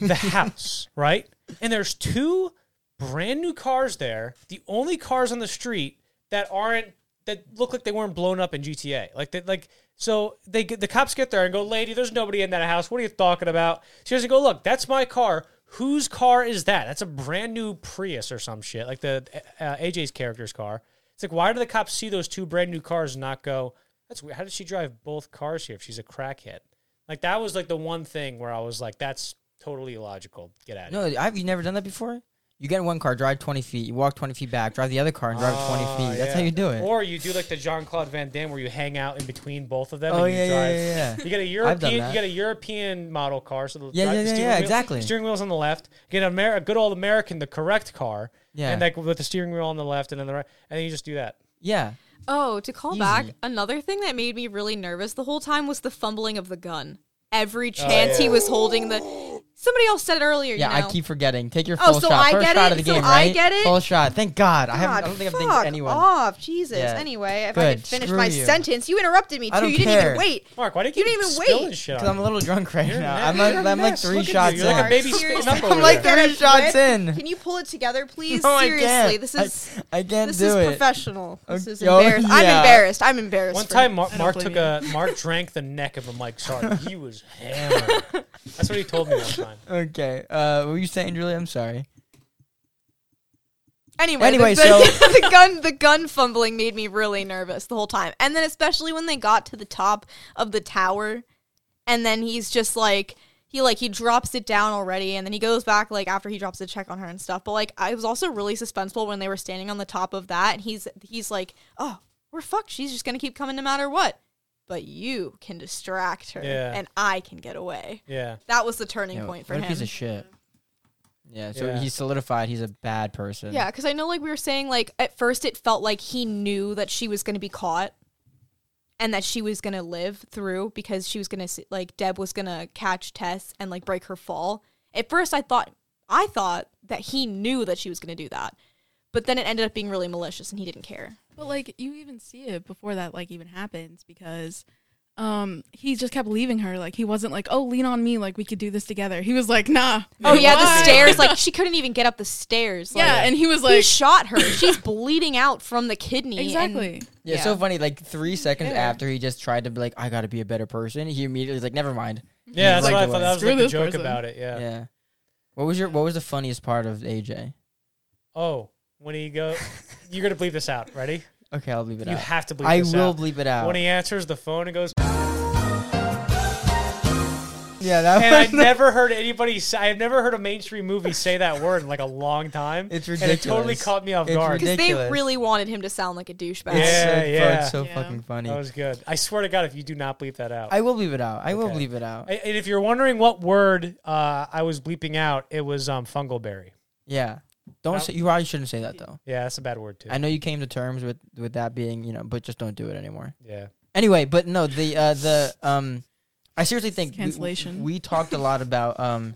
[SPEAKER 1] the house, right? And there's two brand new cars there. The only cars on the street that aren't that look like they weren't blown up in GTA. Like they like so they get, the cops get there and go, "Lady, there's nobody in that house. What are you talking about?" She doesn't go, "Look, that's my car." Whose car is that? That's a brand new Prius or some shit, like the uh, AJ's character's car. It's like, why do the cops see those two brand new cars and not go? That's weird. How did she drive both cars here if she's a crackhead? Like that was like the one thing where I was like, that's totally illogical. Get out of
[SPEAKER 2] no
[SPEAKER 1] here.
[SPEAKER 2] have you never done that before you get in one car drive 20 feet you walk 20 feet back drive the other car and drive 20
[SPEAKER 1] Ah,
[SPEAKER 3] Oh,
[SPEAKER 2] feet that's
[SPEAKER 1] yeah.
[SPEAKER 2] how you do it
[SPEAKER 1] Or you do like the Jean Claude Van Damme where you hang out in between both of them.
[SPEAKER 2] oh
[SPEAKER 1] and you
[SPEAKER 2] yeah, yeah
[SPEAKER 1] drive.
[SPEAKER 2] yeah yeah
[SPEAKER 1] You get a
[SPEAKER 2] I've
[SPEAKER 1] European,
[SPEAKER 2] done
[SPEAKER 1] you
[SPEAKER 2] that.
[SPEAKER 1] get a European model car, so the,
[SPEAKER 2] Yeah,
[SPEAKER 1] dri-
[SPEAKER 2] yeah,
[SPEAKER 1] the
[SPEAKER 2] yeah,
[SPEAKER 1] steering
[SPEAKER 2] yeah,
[SPEAKER 1] wheel-
[SPEAKER 2] exactly.
[SPEAKER 1] Steering wheel's on the left. Get an Amer- a good old American, the correct car,
[SPEAKER 2] yeah
[SPEAKER 1] and like with the steering wheel on the left and then the right, and then you just do that.
[SPEAKER 2] yeah
[SPEAKER 3] Oh, to call
[SPEAKER 2] Easy.
[SPEAKER 3] back, another thing that made me really nervous the whole time was the fumbling of the gun. Every chance he was holding the. Somebody else said it earlier.
[SPEAKER 2] Oh, yeah,
[SPEAKER 3] you know?
[SPEAKER 2] I keep forgetting. Take your
[SPEAKER 3] Oh,
[SPEAKER 2] full
[SPEAKER 3] so
[SPEAKER 2] shot.
[SPEAKER 3] I
[SPEAKER 2] First
[SPEAKER 3] get
[SPEAKER 2] shot
[SPEAKER 3] it?
[SPEAKER 2] of the
[SPEAKER 3] So
[SPEAKER 2] game,
[SPEAKER 3] I
[SPEAKER 2] right?
[SPEAKER 3] get it?
[SPEAKER 2] Full shot. Thank God. I haven't. I
[SPEAKER 3] God,
[SPEAKER 2] don't think I've dinged
[SPEAKER 3] fuck
[SPEAKER 2] anyone.
[SPEAKER 3] off, Jesus.
[SPEAKER 2] Yeah.
[SPEAKER 3] Anyway, if I
[SPEAKER 2] Good.
[SPEAKER 3] could finish
[SPEAKER 2] Screw
[SPEAKER 3] my
[SPEAKER 2] you.
[SPEAKER 3] sentence, you interrupted me too.
[SPEAKER 2] I don't
[SPEAKER 3] you didn't
[SPEAKER 2] care.
[SPEAKER 3] even wait.
[SPEAKER 1] Mark, why do you
[SPEAKER 3] You
[SPEAKER 1] keep
[SPEAKER 3] didn't even
[SPEAKER 1] spilling
[SPEAKER 3] wait.
[SPEAKER 1] shit?
[SPEAKER 2] Because I'm a little drunk right
[SPEAKER 1] You're
[SPEAKER 2] now.
[SPEAKER 1] mad.
[SPEAKER 2] I'm like,
[SPEAKER 1] You're
[SPEAKER 2] I'm like
[SPEAKER 1] mess.
[SPEAKER 2] three
[SPEAKER 1] Look at you.
[SPEAKER 2] shots
[SPEAKER 1] You're like a
[SPEAKER 2] in.
[SPEAKER 1] baby
[SPEAKER 3] Seriously.
[SPEAKER 1] spitting up over
[SPEAKER 2] I'm like
[SPEAKER 1] there.
[SPEAKER 2] that-
[SPEAKER 3] Better
[SPEAKER 2] three shots
[SPEAKER 3] grip.
[SPEAKER 2] in.
[SPEAKER 3] Can you pull it together, please?
[SPEAKER 2] No, I
[SPEAKER 3] Seriously,
[SPEAKER 2] can't.
[SPEAKER 3] this
[SPEAKER 2] I-
[SPEAKER 3] is
[SPEAKER 2] I can't
[SPEAKER 3] this
[SPEAKER 2] do
[SPEAKER 3] is
[SPEAKER 2] it.
[SPEAKER 3] professional. This
[SPEAKER 2] Okay.
[SPEAKER 3] is
[SPEAKER 2] Oh,
[SPEAKER 3] embarrassed. I'm
[SPEAKER 2] yeah.
[SPEAKER 3] embarrassed. I'm embarrassed.
[SPEAKER 1] One
[SPEAKER 3] for
[SPEAKER 1] time,
[SPEAKER 3] him.
[SPEAKER 1] Mark,
[SPEAKER 4] don't
[SPEAKER 1] Mark
[SPEAKER 4] blame
[SPEAKER 1] took a Mark drank the neck of a Mike Sark. He was hammered. That's what he told me one time.
[SPEAKER 2] Okay. Uh, what were you saying, Julie? I'm sorry.
[SPEAKER 3] Anyway,
[SPEAKER 2] Anyway,
[SPEAKER 3] the,
[SPEAKER 2] so-
[SPEAKER 3] the, the gun the gun fumbling made me really nervous the whole time. And then especially when they got to the top of the tower and then he's just like he like he drops it down already and then he goes back like after he drops the check on her and stuff. But like I was also really suspenseful when they were standing on the top of that and he's he's like, "Oh, we're fucked. She's just going to keep coming no matter what." But you can distract her
[SPEAKER 1] Yeah.
[SPEAKER 3] and I can get away.
[SPEAKER 1] Yeah.
[SPEAKER 3] That was the turning
[SPEAKER 2] Yeah,
[SPEAKER 3] point for
[SPEAKER 2] what a piece
[SPEAKER 3] him.
[SPEAKER 2] of shit. Yeah, so
[SPEAKER 1] Yeah.
[SPEAKER 2] he's solidified. He's a bad person.
[SPEAKER 3] Yeah, because I know, like we were saying, like at first it felt like he knew that she was going to be caught, and that she was gonna live through because she was gonna s- like Deb was gonna catch Tess and like break her fall. At first, I thought I thought that he knew that she was gonna do that, but then it ended up being really malicious and he didn't care.
[SPEAKER 4] But like you even see it before that like even happens because um he just kept leaving her. Like he wasn't like, Oh, lean on me, like we could do this together. He was like, nah.
[SPEAKER 3] Oh yeah, the
[SPEAKER 4] Why?
[SPEAKER 3] stairs. Like she couldn't even get up the stairs. Like,
[SPEAKER 4] Yeah, and he was
[SPEAKER 3] he
[SPEAKER 4] like
[SPEAKER 3] shot her. She's bleeding out from the kidney. and-
[SPEAKER 4] Exactly.
[SPEAKER 2] Yeah, it's so funny. Like three seconds after he just tried to be like, I gotta be a better person. He immediately was like, never mind.
[SPEAKER 1] Yeah, that's
[SPEAKER 2] Like
[SPEAKER 1] what I
[SPEAKER 2] the
[SPEAKER 1] thought.
[SPEAKER 2] way-
[SPEAKER 1] That was
[SPEAKER 4] Screw
[SPEAKER 1] like the
[SPEAKER 4] this
[SPEAKER 1] joke
[SPEAKER 4] person.
[SPEAKER 1] about it. Yeah.
[SPEAKER 2] Yeah. What was your What was the funniest part of AJ?
[SPEAKER 1] Oh, when he go, you're gonna bleep this out. Ready?
[SPEAKER 2] Okay, I'll leave it
[SPEAKER 1] you
[SPEAKER 2] out.
[SPEAKER 1] have to bleep.
[SPEAKER 2] I
[SPEAKER 1] this
[SPEAKER 2] will
[SPEAKER 1] out.
[SPEAKER 2] bleep it out.
[SPEAKER 1] When he answers the phone and goes,
[SPEAKER 2] yeah, that
[SPEAKER 1] and I've
[SPEAKER 2] was.
[SPEAKER 1] never heard anybody. Say, I've never heard a mainstream movie say that word in like a long time.
[SPEAKER 2] It's
[SPEAKER 1] And it totally
[SPEAKER 2] ridiculous.
[SPEAKER 1] caught me off
[SPEAKER 2] It's
[SPEAKER 1] guard.
[SPEAKER 3] Because they
[SPEAKER 2] Ridiculous.
[SPEAKER 3] really wanted him to sound like a douchebag.
[SPEAKER 2] It's
[SPEAKER 1] Yeah,
[SPEAKER 2] so, bro,
[SPEAKER 1] yeah.
[SPEAKER 2] it's so
[SPEAKER 4] Yeah.
[SPEAKER 2] fucking funny.
[SPEAKER 1] That was good. I swear to God, if you do not bleep that out.
[SPEAKER 2] I will leave it out. I will
[SPEAKER 1] Okay.
[SPEAKER 2] leave it out.
[SPEAKER 1] and if you're wondering what word uh, I was bleeping out, it was um, fungleberry.
[SPEAKER 2] Yeah. Don't
[SPEAKER 1] Now-
[SPEAKER 2] say. You probably shouldn't say that though.
[SPEAKER 1] Yeah, that's a bad word too.
[SPEAKER 2] I know you came to terms with with that being, you know, but just don't do it anymore.
[SPEAKER 1] yeah.
[SPEAKER 2] Anyway, but no, the uh the um I seriously think we-
[SPEAKER 4] cancellation.
[SPEAKER 2] We, talked a lot about um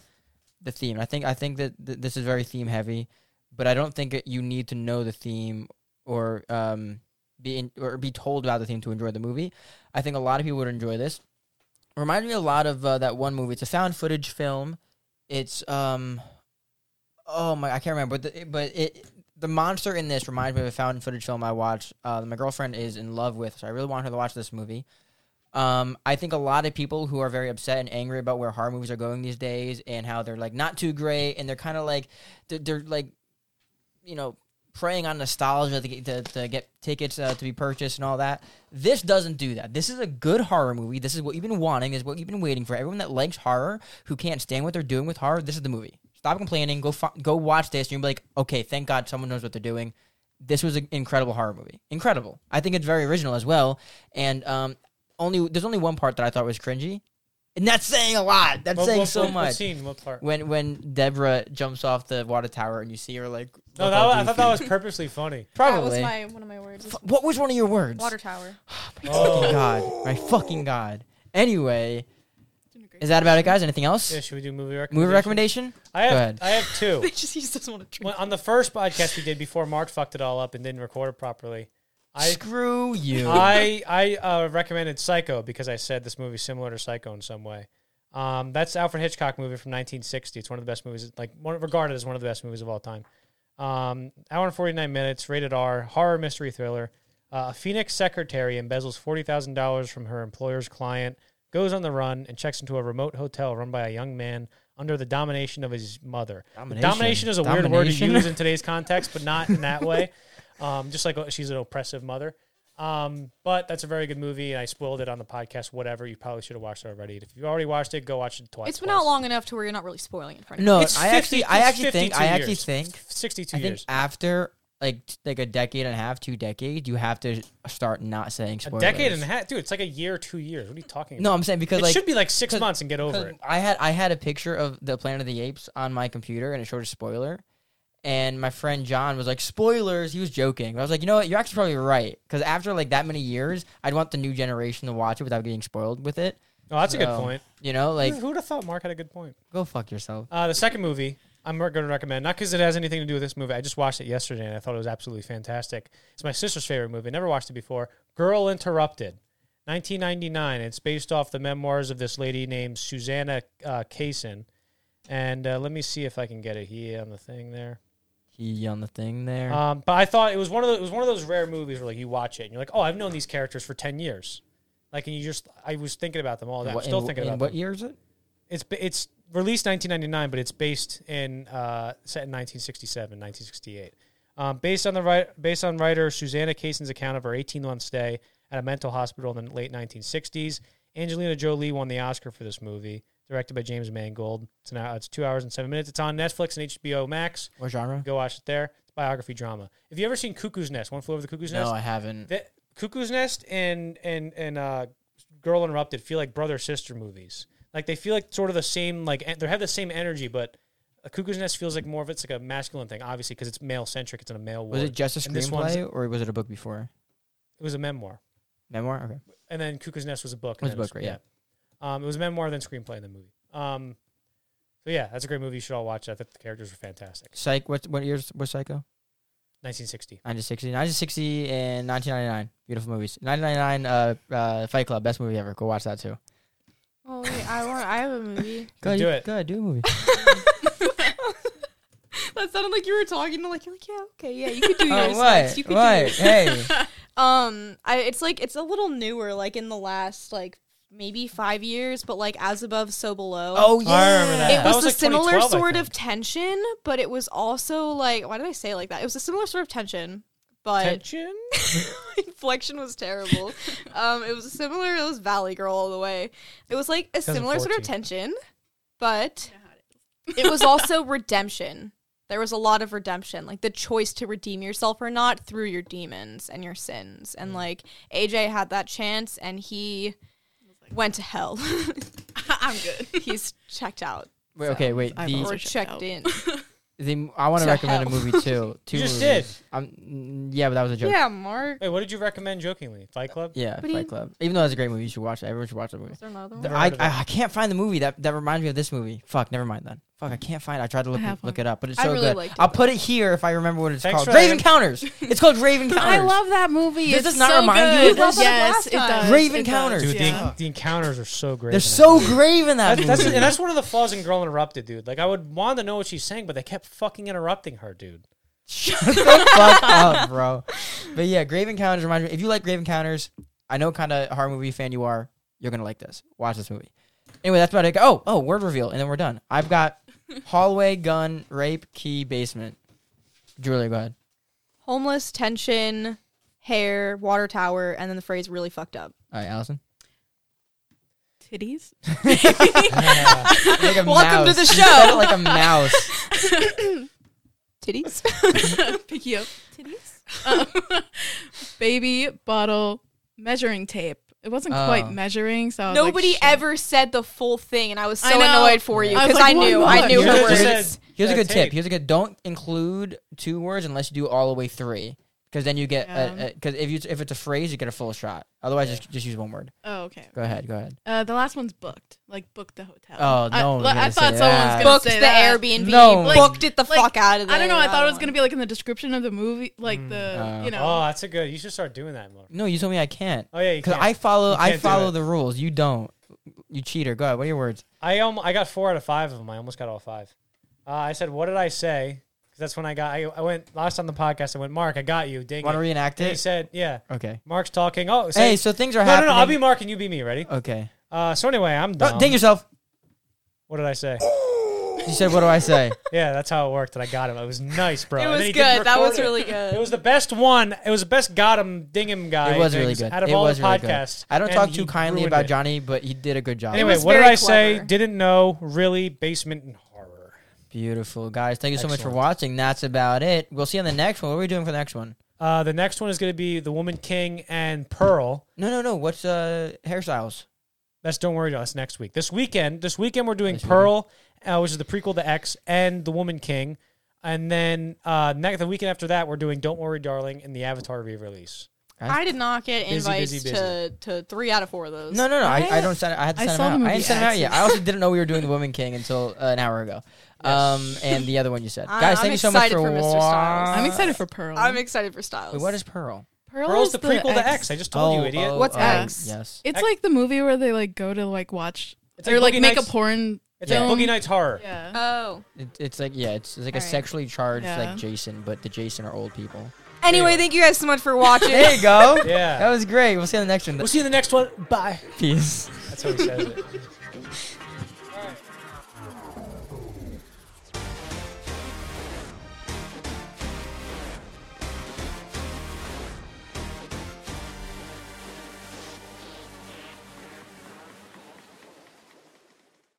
[SPEAKER 2] the theme. I think I think that th- this is very theme heavy, but I don't think that you need to know the theme or um be in, or be told about the theme to enjoy the movie. I think a lot of people would enjoy this. Reminded me a lot of uh, that one movie. It's a found footage film. It's um oh my I can't remember, but the, but it the monster in this reminds me of a found footage film I watched. Uh, that my girlfriend is in love with, so I really want her to watch this movie. Um, I think a lot of people who are very upset and angry about where horror movies are going these days and how they're like not too great and they're kind of like they're, they're like you know preying on nostalgia to get, to, to get tickets uh, to be purchased and all that. This doesn't do that. This is a good horror movie. This is what you've been wanting. This is what you've been waiting for. Everyone that likes horror who can't stand what they're doing with horror, this is the movie. Stop complaining. Go fi- go watch this, and you'll be like, okay, thank God someone knows what they're doing. This was an incredible horror movie. Incredible. I think it's very original as well. And um, only there's only one part that I thought was cringy, and that's saying a lot. That's
[SPEAKER 1] What-
[SPEAKER 2] saying
[SPEAKER 1] what-
[SPEAKER 2] so
[SPEAKER 1] what- what
[SPEAKER 2] much.
[SPEAKER 1] scene? What part?
[SPEAKER 2] When when Deborah jumps off the water tower and you see her like
[SPEAKER 1] No,
[SPEAKER 2] look
[SPEAKER 1] that,
[SPEAKER 2] all
[SPEAKER 1] was- I thought
[SPEAKER 2] goofy.
[SPEAKER 1] that was purposely funny.
[SPEAKER 2] Probably.
[SPEAKER 3] my one of my words.
[SPEAKER 2] what was one of your words?
[SPEAKER 3] tower.
[SPEAKER 1] Oh.
[SPEAKER 2] Fucking god. My fucking god. Anyway, is that about it, guys? Anything else?
[SPEAKER 1] Yeah, should we do movie recommendation?
[SPEAKER 2] Movie recommendation?
[SPEAKER 1] I have,
[SPEAKER 2] Go ahead.
[SPEAKER 1] I have two.
[SPEAKER 3] They just he just doesn't want to drink.
[SPEAKER 1] When, on the first podcast we did before Mark fucked it all up and didn't record it properly, I
[SPEAKER 2] Screw you.
[SPEAKER 1] I I uh, recommended Psycho because I said this movie's similar to Psycho in some way. Um, that's Alfred Hitchcock movie from 1960. It's one of the best movies, like one, regarded as one of the best movies of all time. Um, hour and 49 minutes, rated R, horror mystery thriller. Uh, a Phoenix secretary embezzles forty thousand dollars from her employer's client, goes on the run, and checks into a remote hotel run by a young man under the domination of his mother.
[SPEAKER 2] Domination.
[SPEAKER 1] Domination is a weird word to
[SPEAKER 2] Domination?
[SPEAKER 1] use in today's context, but not in that way. Um, just like uh, she's an oppressive mother. Um, but that's a very good movie, and I spoiled it on the podcast. Whatever, you probably should have watched it already. If you've already watched it, go watch it twice.
[SPEAKER 3] It's been out long enough to where you're not really spoiling it for anyone.
[SPEAKER 2] no,
[SPEAKER 1] It's
[SPEAKER 2] I actually
[SPEAKER 1] 50
[SPEAKER 2] I
[SPEAKER 1] it's
[SPEAKER 2] actually think
[SPEAKER 1] 52
[SPEAKER 2] I actually
[SPEAKER 1] years.
[SPEAKER 2] think
[SPEAKER 1] Sixty-two
[SPEAKER 2] I think
[SPEAKER 1] years.
[SPEAKER 2] after like t- like a decade and a half, two decades, you have to start not saying
[SPEAKER 1] A
[SPEAKER 2] spoilers.
[SPEAKER 1] decade and a half, dude. It's like a year, two years. What are you talking about?
[SPEAKER 2] No, I'm saying because
[SPEAKER 1] it
[SPEAKER 2] like
[SPEAKER 1] should be like six
[SPEAKER 2] 'cause-
[SPEAKER 1] months and get over it.
[SPEAKER 2] I had I had a picture of the Planet of the Apes on my computer and it showed a spoiler. And my friend John was like, "Spoilers." He was joking. But I was like, "You know what? You're actually probably right." Because after like that many years, I'd want the new generation to watch it without getting spoiled with it.
[SPEAKER 1] Oh, that's a good
[SPEAKER 2] So,
[SPEAKER 1] point.
[SPEAKER 2] You know, like
[SPEAKER 1] Who would have thought Mark had a good point?
[SPEAKER 2] go fuck yourself.
[SPEAKER 1] Uh, the second movie I'm going to recommend, not because it has anything to do with this movie. I just watched it yesterday and I thought it was absolutely fantastic. It's my sister's favorite movie. Never watched it before. Girl Interrupted, 1999. It's based off the memoirs of this lady named Susanna uh, Kaysen. And uh, let me see if I can get it here on the thing there.
[SPEAKER 2] He on the thing there.
[SPEAKER 1] Um, but I thought it was one of those, it was one of those rare movies where like you watch it and you're like, oh, I've known these characters for ten years, like and you just I was thinking about them all. That.
[SPEAKER 2] What-
[SPEAKER 1] I'm still
[SPEAKER 2] in,
[SPEAKER 1] thinking
[SPEAKER 2] in
[SPEAKER 1] about
[SPEAKER 2] what
[SPEAKER 1] them.
[SPEAKER 2] year is it?
[SPEAKER 1] It's ba- it's released 1999, but it's based in uh, set in 1967, 1968. Um, based on the ri- based on writer Susanna Kaysen's account of her 18 month stay at a mental hospital in the late 1960s, Angelina Jolie won the Oscar for this movie, directed by James Mangold. It's now it's two hours and seven minutes. It's on Netflix and HBO Max.
[SPEAKER 2] What genre?
[SPEAKER 1] Go watch it there. It's biography drama. Have you ever seen Cuckoo's Nest? One flew over the Cuckoo's
[SPEAKER 2] No,
[SPEAKER 1] Nest.
[SPEAKER 2] I haven't.
[SPEAKER 1] That Cuckoo's Nest and and and uh, Girl Interrupted feel like brother sister movies. Like they feel like sort of the same. Like en- they have the same energy, but a Cuckoo's Nest feels like more of it's like a masculine thing, obviously because it's male centric. It's in a male
[SPEAKER 2] Was
[SPEAKER 1] world.
[SPEAKER 2] it just a
[SPEAKER 1] And this one's-
[SPEAKER 2] screenplay or was it a book before?
[SPEAKER 1] It was a memoir.
[SPEAKER 2] Memoir. Okay.
[SPEAKER 1] and then Cuckoo's Nest was a book.
[SPEAKER 2] Was
[SPEAKER 1] and
[SPEAKER 2] a
[SPEAKER 1] then
[SPEAKER 2] book, right, yeah.
[SPEAKER 1] Um, it was a memoir, then screenplay, and then movie. Um, so yeah, that's a great movie. You should all watch that. I thought the characters were fantastic.
[SPEAKER 2] Psych. What what years was Psycho?
[SPEAKER 1] 1960.
[SPEAKER 2] 1960, 1960 and 1999. Beautiful movies. 1999. Uh, uh, Fight Club. Best movie ever. Go watch that too.
[SPEAKER 5] Oh wait, I want. I have a movie.
[SPEAKER 2] Go
[SPEAKER 1] Do
[SPEAKER 2] you-
[SPEAKER 1] it.
[SPEAKER 2] Go do a movie.
[SPEAKER 3] that sounded like you were talking to like you're like yeah okay yeah you could do
[SPEAKER 2] Oh,
[SPEAKER 3] yours
[SPEAKER 2] what?
[SPEAKER 3] next. You could do
[SPEAKER 2] What?
[SPEAKER 3] yours.
[SPEAKER 2] Hey.
[SPEAKER 1] Oh,
[SPEAKER 3] Um, I it's like it's a little newer, like in the last like maybe five years, but like as above, so below.
[SPEAKER 2] Oh yeah.
[SPEAKER 1] I remember that.
[SPEAKER 3] It was,
[SPEAKER 1] was,
[SPEAKER 3] a
[SPEAKER 1] like,
[SPEAKER 3] similar
[SPEAKER 1] 2012, I
[SPEAKER 3] sort
[SPEAKER 1] think.
[SPEAKER 3] of tension, but it was also like why did I say it like that? It was a similar sort of tension, but
[SPEAKER 1] Tension.
[SPEAKER 3] inflection was terrible. um, it was a similar. It was Valley Girl all the way. It was like a similar sort of
[SPEAKER 1] 2014.
[SPEAKER 3] tension, but it was also redemption. There was a lot of redemption, like the choice to redeem yourself or not through your demons and your sins. And like AJ had that chance, and he went to hell.
[SPEAKER 4] I'm good.
[SPEAKER 3] He's checked out
[SPEAKER 2] Wait, okay, wait.
[SPEAKER 4] I've
[SPEAKER 2] The,
[SPEAKER 4] already-
[SPEAKER 3] or
[SPEAKER 4] checked
[SPEAKER 3] checked
[SPEAKER 4] out.
[SPEAKER 3] in.
[SPEAKER 2] the, I want to
[SPEAKER 3] to
[SPEAKER 2] recommend
[SPEAKER 3] hell.
[SPEAKER 2] a movie too. Two
[SPEAKER 1] You just did.
[SPEAKER 2] movies. Um, yeah, but that was a joke.
[SPEAKER 3] yeah, Mark.
[SPEAKER 1] Wait, what did you recommend jokingly? Fight Club.
[SPEAKER 2] Yeah,
[SPEAKER 3] But
[SPEAKER 2] Fight
[SPEAKER 3] he-
[SPEAKER 2] Club. Even though that's a great movie, you should watch it. Everyone should watch that movie.
[SPEAKER 3] Is there another
[SPEAKER 2] The-
[SPEAKER 3] one?
[SPEAKER 1] Never
[SPEAKER 2] I,
[SPEAKER 1] heard of it.
[SPEAKER 2] I, I can't find the movie that, that reminds me of this movie. Fuck, never mind then. Fuck, I can't find. it. I tried to look
[SPEAKER 4] have
[SPEAKER 2] look
[SPEAKER 4] one.
[SPEAKER 2] it up, but it's
[SPEAKER 3] I
[SPEAKER 2] so
[SPEAKER 3] really
[SPEAKER 2] good.
[SPEAKER 3] liked it,
[SPEAKER 2] I'll
[SPEAKER 3] though.
[SPEAKER 2] put it here if I remember what it's
[SPEAKER 1] Thanks
[SPEAKER 2] called.
[SPEAKER 1] for
[SPEAKER 2] Raven
[SPEAKER 1] that.
[SPEAKER 2] Counters. It's called Raven Counters.
[SPEAKER 4] I love that movie.
[SPEAKER 2] Does
[SPEAKER 4] it's
[SPEAKER 2] this not
[SPEAKER 4] so
[SPEAKER 2] remind you
[SPEAKER 4] good.
[SPEAKER 2] of this?
[SPEAKER 4] Yes,
[SPEAKER 3] Yes,
[SPEAKER 4] it
[SPEAKER 3] it
[SPEAKER 4] does.
[SPEAKER 2] Raven
[SPEAKER 4] It does,
[SPEAKER 2] Counters.
[SPEAKER 1] Dude,
[SPEAKER 4] yeah.
[SPEAKER 1] the, the encounters are so great.
[SPEAKER 2] They're
[SPEAKER 1] in that
[SPEAKER 2] so
[SPEAKER 1] movie.
[SPEAKER 2] grave in that
[SPEAKER 1] That, that's
[SPEAKER 2] movie.
[SPEAKER 1] and that's one of the flaws in Girl Interrupted, dude. Like I would want to know what she's saying, but they kept fucking interrupting her, dude.
[SPEAKER 2] Shut the fuck up, bro. But yeah, Grave Encounters reminds me. If you like Grave Encounters, I know kind of horror movie fan you are. You're gonna like this. Watch this movie. Anyway, that's about it. Oh, oh, word reveal, and then we're done. I've got hallway, gun, rape, key, basement. Julia, go ahead.
[SPEAKER 3] Homeless, tension, hair, water tower, and then the phrase really fucked up.
[SPEAKER 2] All right, Allison.
[SPEAKER 4] Titties.
[SPEAKER 2] Like a
[SPEAKER 3] Welcome
[SPEAKER 2] mouse.
[SPEAKER 3] to the
[SPEAKER 2] You
[SPEAKER 3] show.
[SPEAKER 2] said it like a mouse.
[SPEAKER 3] Titties.
[SPEAKER 4] Pick you up. Titties. Um, baby bottle measuring tape. It wasn't
[SPEAKER 2] Oh.
[SPEAKER 4] quite measuring, so I was like,
[SPEAKER 3] Nobody
[SPEAKER 4] shit.
[SPEAKER 3] ever said the full thing, and I was so
[SPEAKER 4] I know.
[SPEAKER 3] annoyed for you
[SPEAKER 4] I was
[SPEAKER 3] because I,
[SPEAKER 4] like, one
[SPEAKER 3] knew,
[SPEAKER 4] more.
[SPEAKER 3] I knew
[SPEAKER 2] You
[SPEAKER 3] her
[SPEAKER 2] should've
[SPEAKER 3] words.
[SPEAKER 2] just
[SPEAKER 1] said
[SPEAKER 2] Here's a
[SPEAKER 1] that
[SPEAKER 2] good tip.
[SPEAKER 1] tape.
[SPEAKER 2] Here's a good. Don't include two words unless you do all the way three, because then you get
[SPEAKER 4] Yeah.
[SPEAKER 2] because if you if it's a phrase, you get a full shot. Otherwise, just just use one word.
[SPEAKER 4] Oh, okay.
[SPEAKER 2] Go ahead. Go ahead.
[SPEAKER 4] Uh, the last one's booked. Like booked the hotel.
[SPEAKER 2] Oh,
[SPEAKER 4] I-
[SPEAKER 2] no one's
[SPEAKER 4] like, I,
[SPEAKER 2] gonna say
[SPEAKER 4] thought someone
[SPEAKER 2] that.
[SPEAKER 4] was gonna
[SPEAKER 3] booked
[SPEAKER 4] say
[SPEAKER 3] the
[SPEAKER 4] that.
[SPEAKER 3] Airbnb,
[SPEAKER 2] No.
[SPEAKER 4] Like-
[SPEAKER 3] booked it the
[SPEAKER 4] like,
[SPEAKER 3] fuck out of there.
[SPEAKER 4] I don't know. I thought it was
[SPEAKER 3] one.
[SPEAKER 4] gonna be like in the description of the movie, like the
[SPEAKER 2] Uh,
[SPEAKER 4] you know.
[SPEAKER 1] Oh, that's a good. You should start doing that more.
[SPEAKER 2] No, you told me I can't.
[SPEAKER 1] Oh yeah, you
[SPEAKER 2] Because
[SPEAKER 1] can.
[SPEAKER 2] I follow,
[SPEAKER 1] You
[SPEAKER 2] I
[SPEAKER 1] can't do
[SPEAKER 2] follow
[SPEAKER 1] it.
[SPEAKER 2] the rules. You don't. You cheater. Go ahead. What are your words?
[SPEAKER 1] I um I got four out of five of them. I almost got all five. Uh, I said, "What did I say?" Because that's when I got. I, I went last on the podcast. I went, "Mark, I got you." Dang
[SPEAKER 2] Want to
[SPEAKER 1] it.
[SPEAKER 2] reenact
[SPEAKER 1] And he
[SPEAKER 2] it?
[SPEAKER 1] said, "Yeah."
[SPEAKER 2] Okay.
[SPEAKER 1] Mark's talking. Oh, say,
[SPEAKER 2] Hey, so things are
[SPEAKER 1] no, no,
[SPEAKER 2] happening.
[SPEAKER 1] no. I'll be Mark and you be me. Ready?
[SPEAKER 2] Okay.
[SPEAKER 1] Uh, so anyway, I'm
[SPEAKER 2] Oh,
[SPEAKER 1] done.
[SPEAKER 2] ding yourself.
[SPEAKER 1] what did I say?
[SPEAKER 2] You said, "What do I say?"
[SPEAKER 1] yeah, that's how it worked, and I got him. It was nice, bro.
[SPEAKER 3] It
[SPEAKER 1] And
[SPEAKER 3] was
[SPEAKER 1] then he didn't
[SPEAKER 3] good. That
[SPEAKER 1] record
[SPEAKER 3] was
[SPEAKER 1] it.
[SPEAKER 3] really
[SPEAKER 1] It
[SPEAKER 3] good.
[SPEAKER 1] was the best one. It was the best got him ding him guy.
[SPEAKER 2] it was really
[SPEAKER 1] things
[SPEAKER 2] good.
[SPEAKER 1] Out of
[SPEAKER 2] it
[SPEAKER 1] all
[SPEAKER 2] was
[SPEAKER 1] the
[SPEAKER 2] really good.
[SPEAKER 1] podcasts,
[SPEAKER 2] I don't
[SPEAKER 1] and
[SPEAKER 2] talk
[SPEAKER 1] he
[SPEAKER 2] too kindly
[SPEAKER 1] ruined
[SPEAKER 2] about
[SPEAKER 1] it.
[SPEAKER 2] Johnny, but he did a good job.
[SPEAKER 1] Anyway,
[SPEAKER 3] was
[SPEAKER 1] what did
[SPEAKER 3] very
[SPEAKER 1] I say?
[SPEAKER 3] clever.
[SPEAKER 1] Didn't know. Really, basement and horror.
[SPEAKER 2] Beautiful guys. Thank you so much for
[SPEAKER 1] Excellent.
[SPEAKER 2] watching. That's about it. We'll see you on the next one. What are we doing for the next one?
[SPEAKER 1] Uh, the next one is going to be the Woman King and Pearl.
[SPEAKER 2] No, no, no. What's uh hairstyles?
[SPEAKER 1] That's don't worry, that's next week. This weekend, this weekend we're doing
[SPEAKER 2] This weekend.
[SPEAKER 1] Pearl, uh, which is the prequel to X, and The Woman King, and then uh, next the weekend after that we're doing Don't Worry, Darling, and the Avatar re-release.
[SPEAKER 3] I did not get
[SPEAKER 1] Busy,
[SPEAKER 3] invites
[SPEAKER 1] busy,
[SPEAKER 3] to to three out of four of those.
[SPEAKER 2] No, no, no. I, I
[SPEAKER 4] I-
[SPEAKER 2] don't send. I had to
[SPEAKER 4] I
[SPEAKER 2] send
[SPEAKER 4] saw the
[SPEAKER 2] them out. I
[SPEAKER 4] movie
[SPEAKER 2] didn't send them out yet.
[SPEAKER 4] Access.
[SPEAKER 2] I also didn't know we were doing the Woman King until uh, an hour ago. Um, and the other one you said,
[SPEAKER 3] I-
[SPEAKER 2] guys.
[SPEAKER 3] I'm
[SPEAKER 2] thank you so much
[SPEAKER 3] excited
[SPEAKER 2] for,
[SPEAKER 3] for Mr.
[SPEAKER 2] wa-
[SPEAKER 3] Styles.
[SPEAKER 4] I'm excited for Pearl.
[SPEAKER 3] I'm excited for Styles.
[SPEAKER 2] Wait, what is Pearl?
[SPEAKER 4] Pearl
[SPEAKER 1] Pearl's
[SPEAKER 4] is
[SPEAKER 1] the prequel to X. I just told
[SPEAKER 2] Oh,
[SPEAKER 1] you, idiot.
[SPEAKER 3] What's
[SPEAKER 4] X?
[SPEAKER 2] Yes.
[SPEAKER 4] It's
[SPEAKER 1] X-
[SPEAKER 4] like the movie where they like go to like watch
[SPEAKER 1] It's
[SPEAKER 4] or
[SPEAKER 1] like
[SPEAKER 4] like
[SPEAKER 1] Boogie
[SPEAKER 4] make
[SPEAKER 1] Nights-
[SPEAKER 4] a porn.
[SPEAKER 1] It's
[SPEAKER 2] Yeah.
[SPEAKER 1] like Boogie Nights horror.
[SPEAKER 4] Yeah.
[SPEAKER 3] Oh.
[SPEAKER 2] It, it's like yeah, it's, it's like a
[SPEAKER 3] Alright.
[SPEAKER 2] sexually charged
[SPEAKER 4] Yeah.
[SPEAKER 2] like Jason, but the Jason are old people.
[SPEAKER 3] Anyway, thank you guys so much for watching.
[SPEAKER 2] There you go.
[SPEAKER 1] Yeah.
[SPEAKER 2] That was great. We'll see you on the next one.
[SPEAKER 1] We'll see you in the next one. Bye.
[SPEAKER 2] Peace.
[SPEAKER 1] That's how he says it.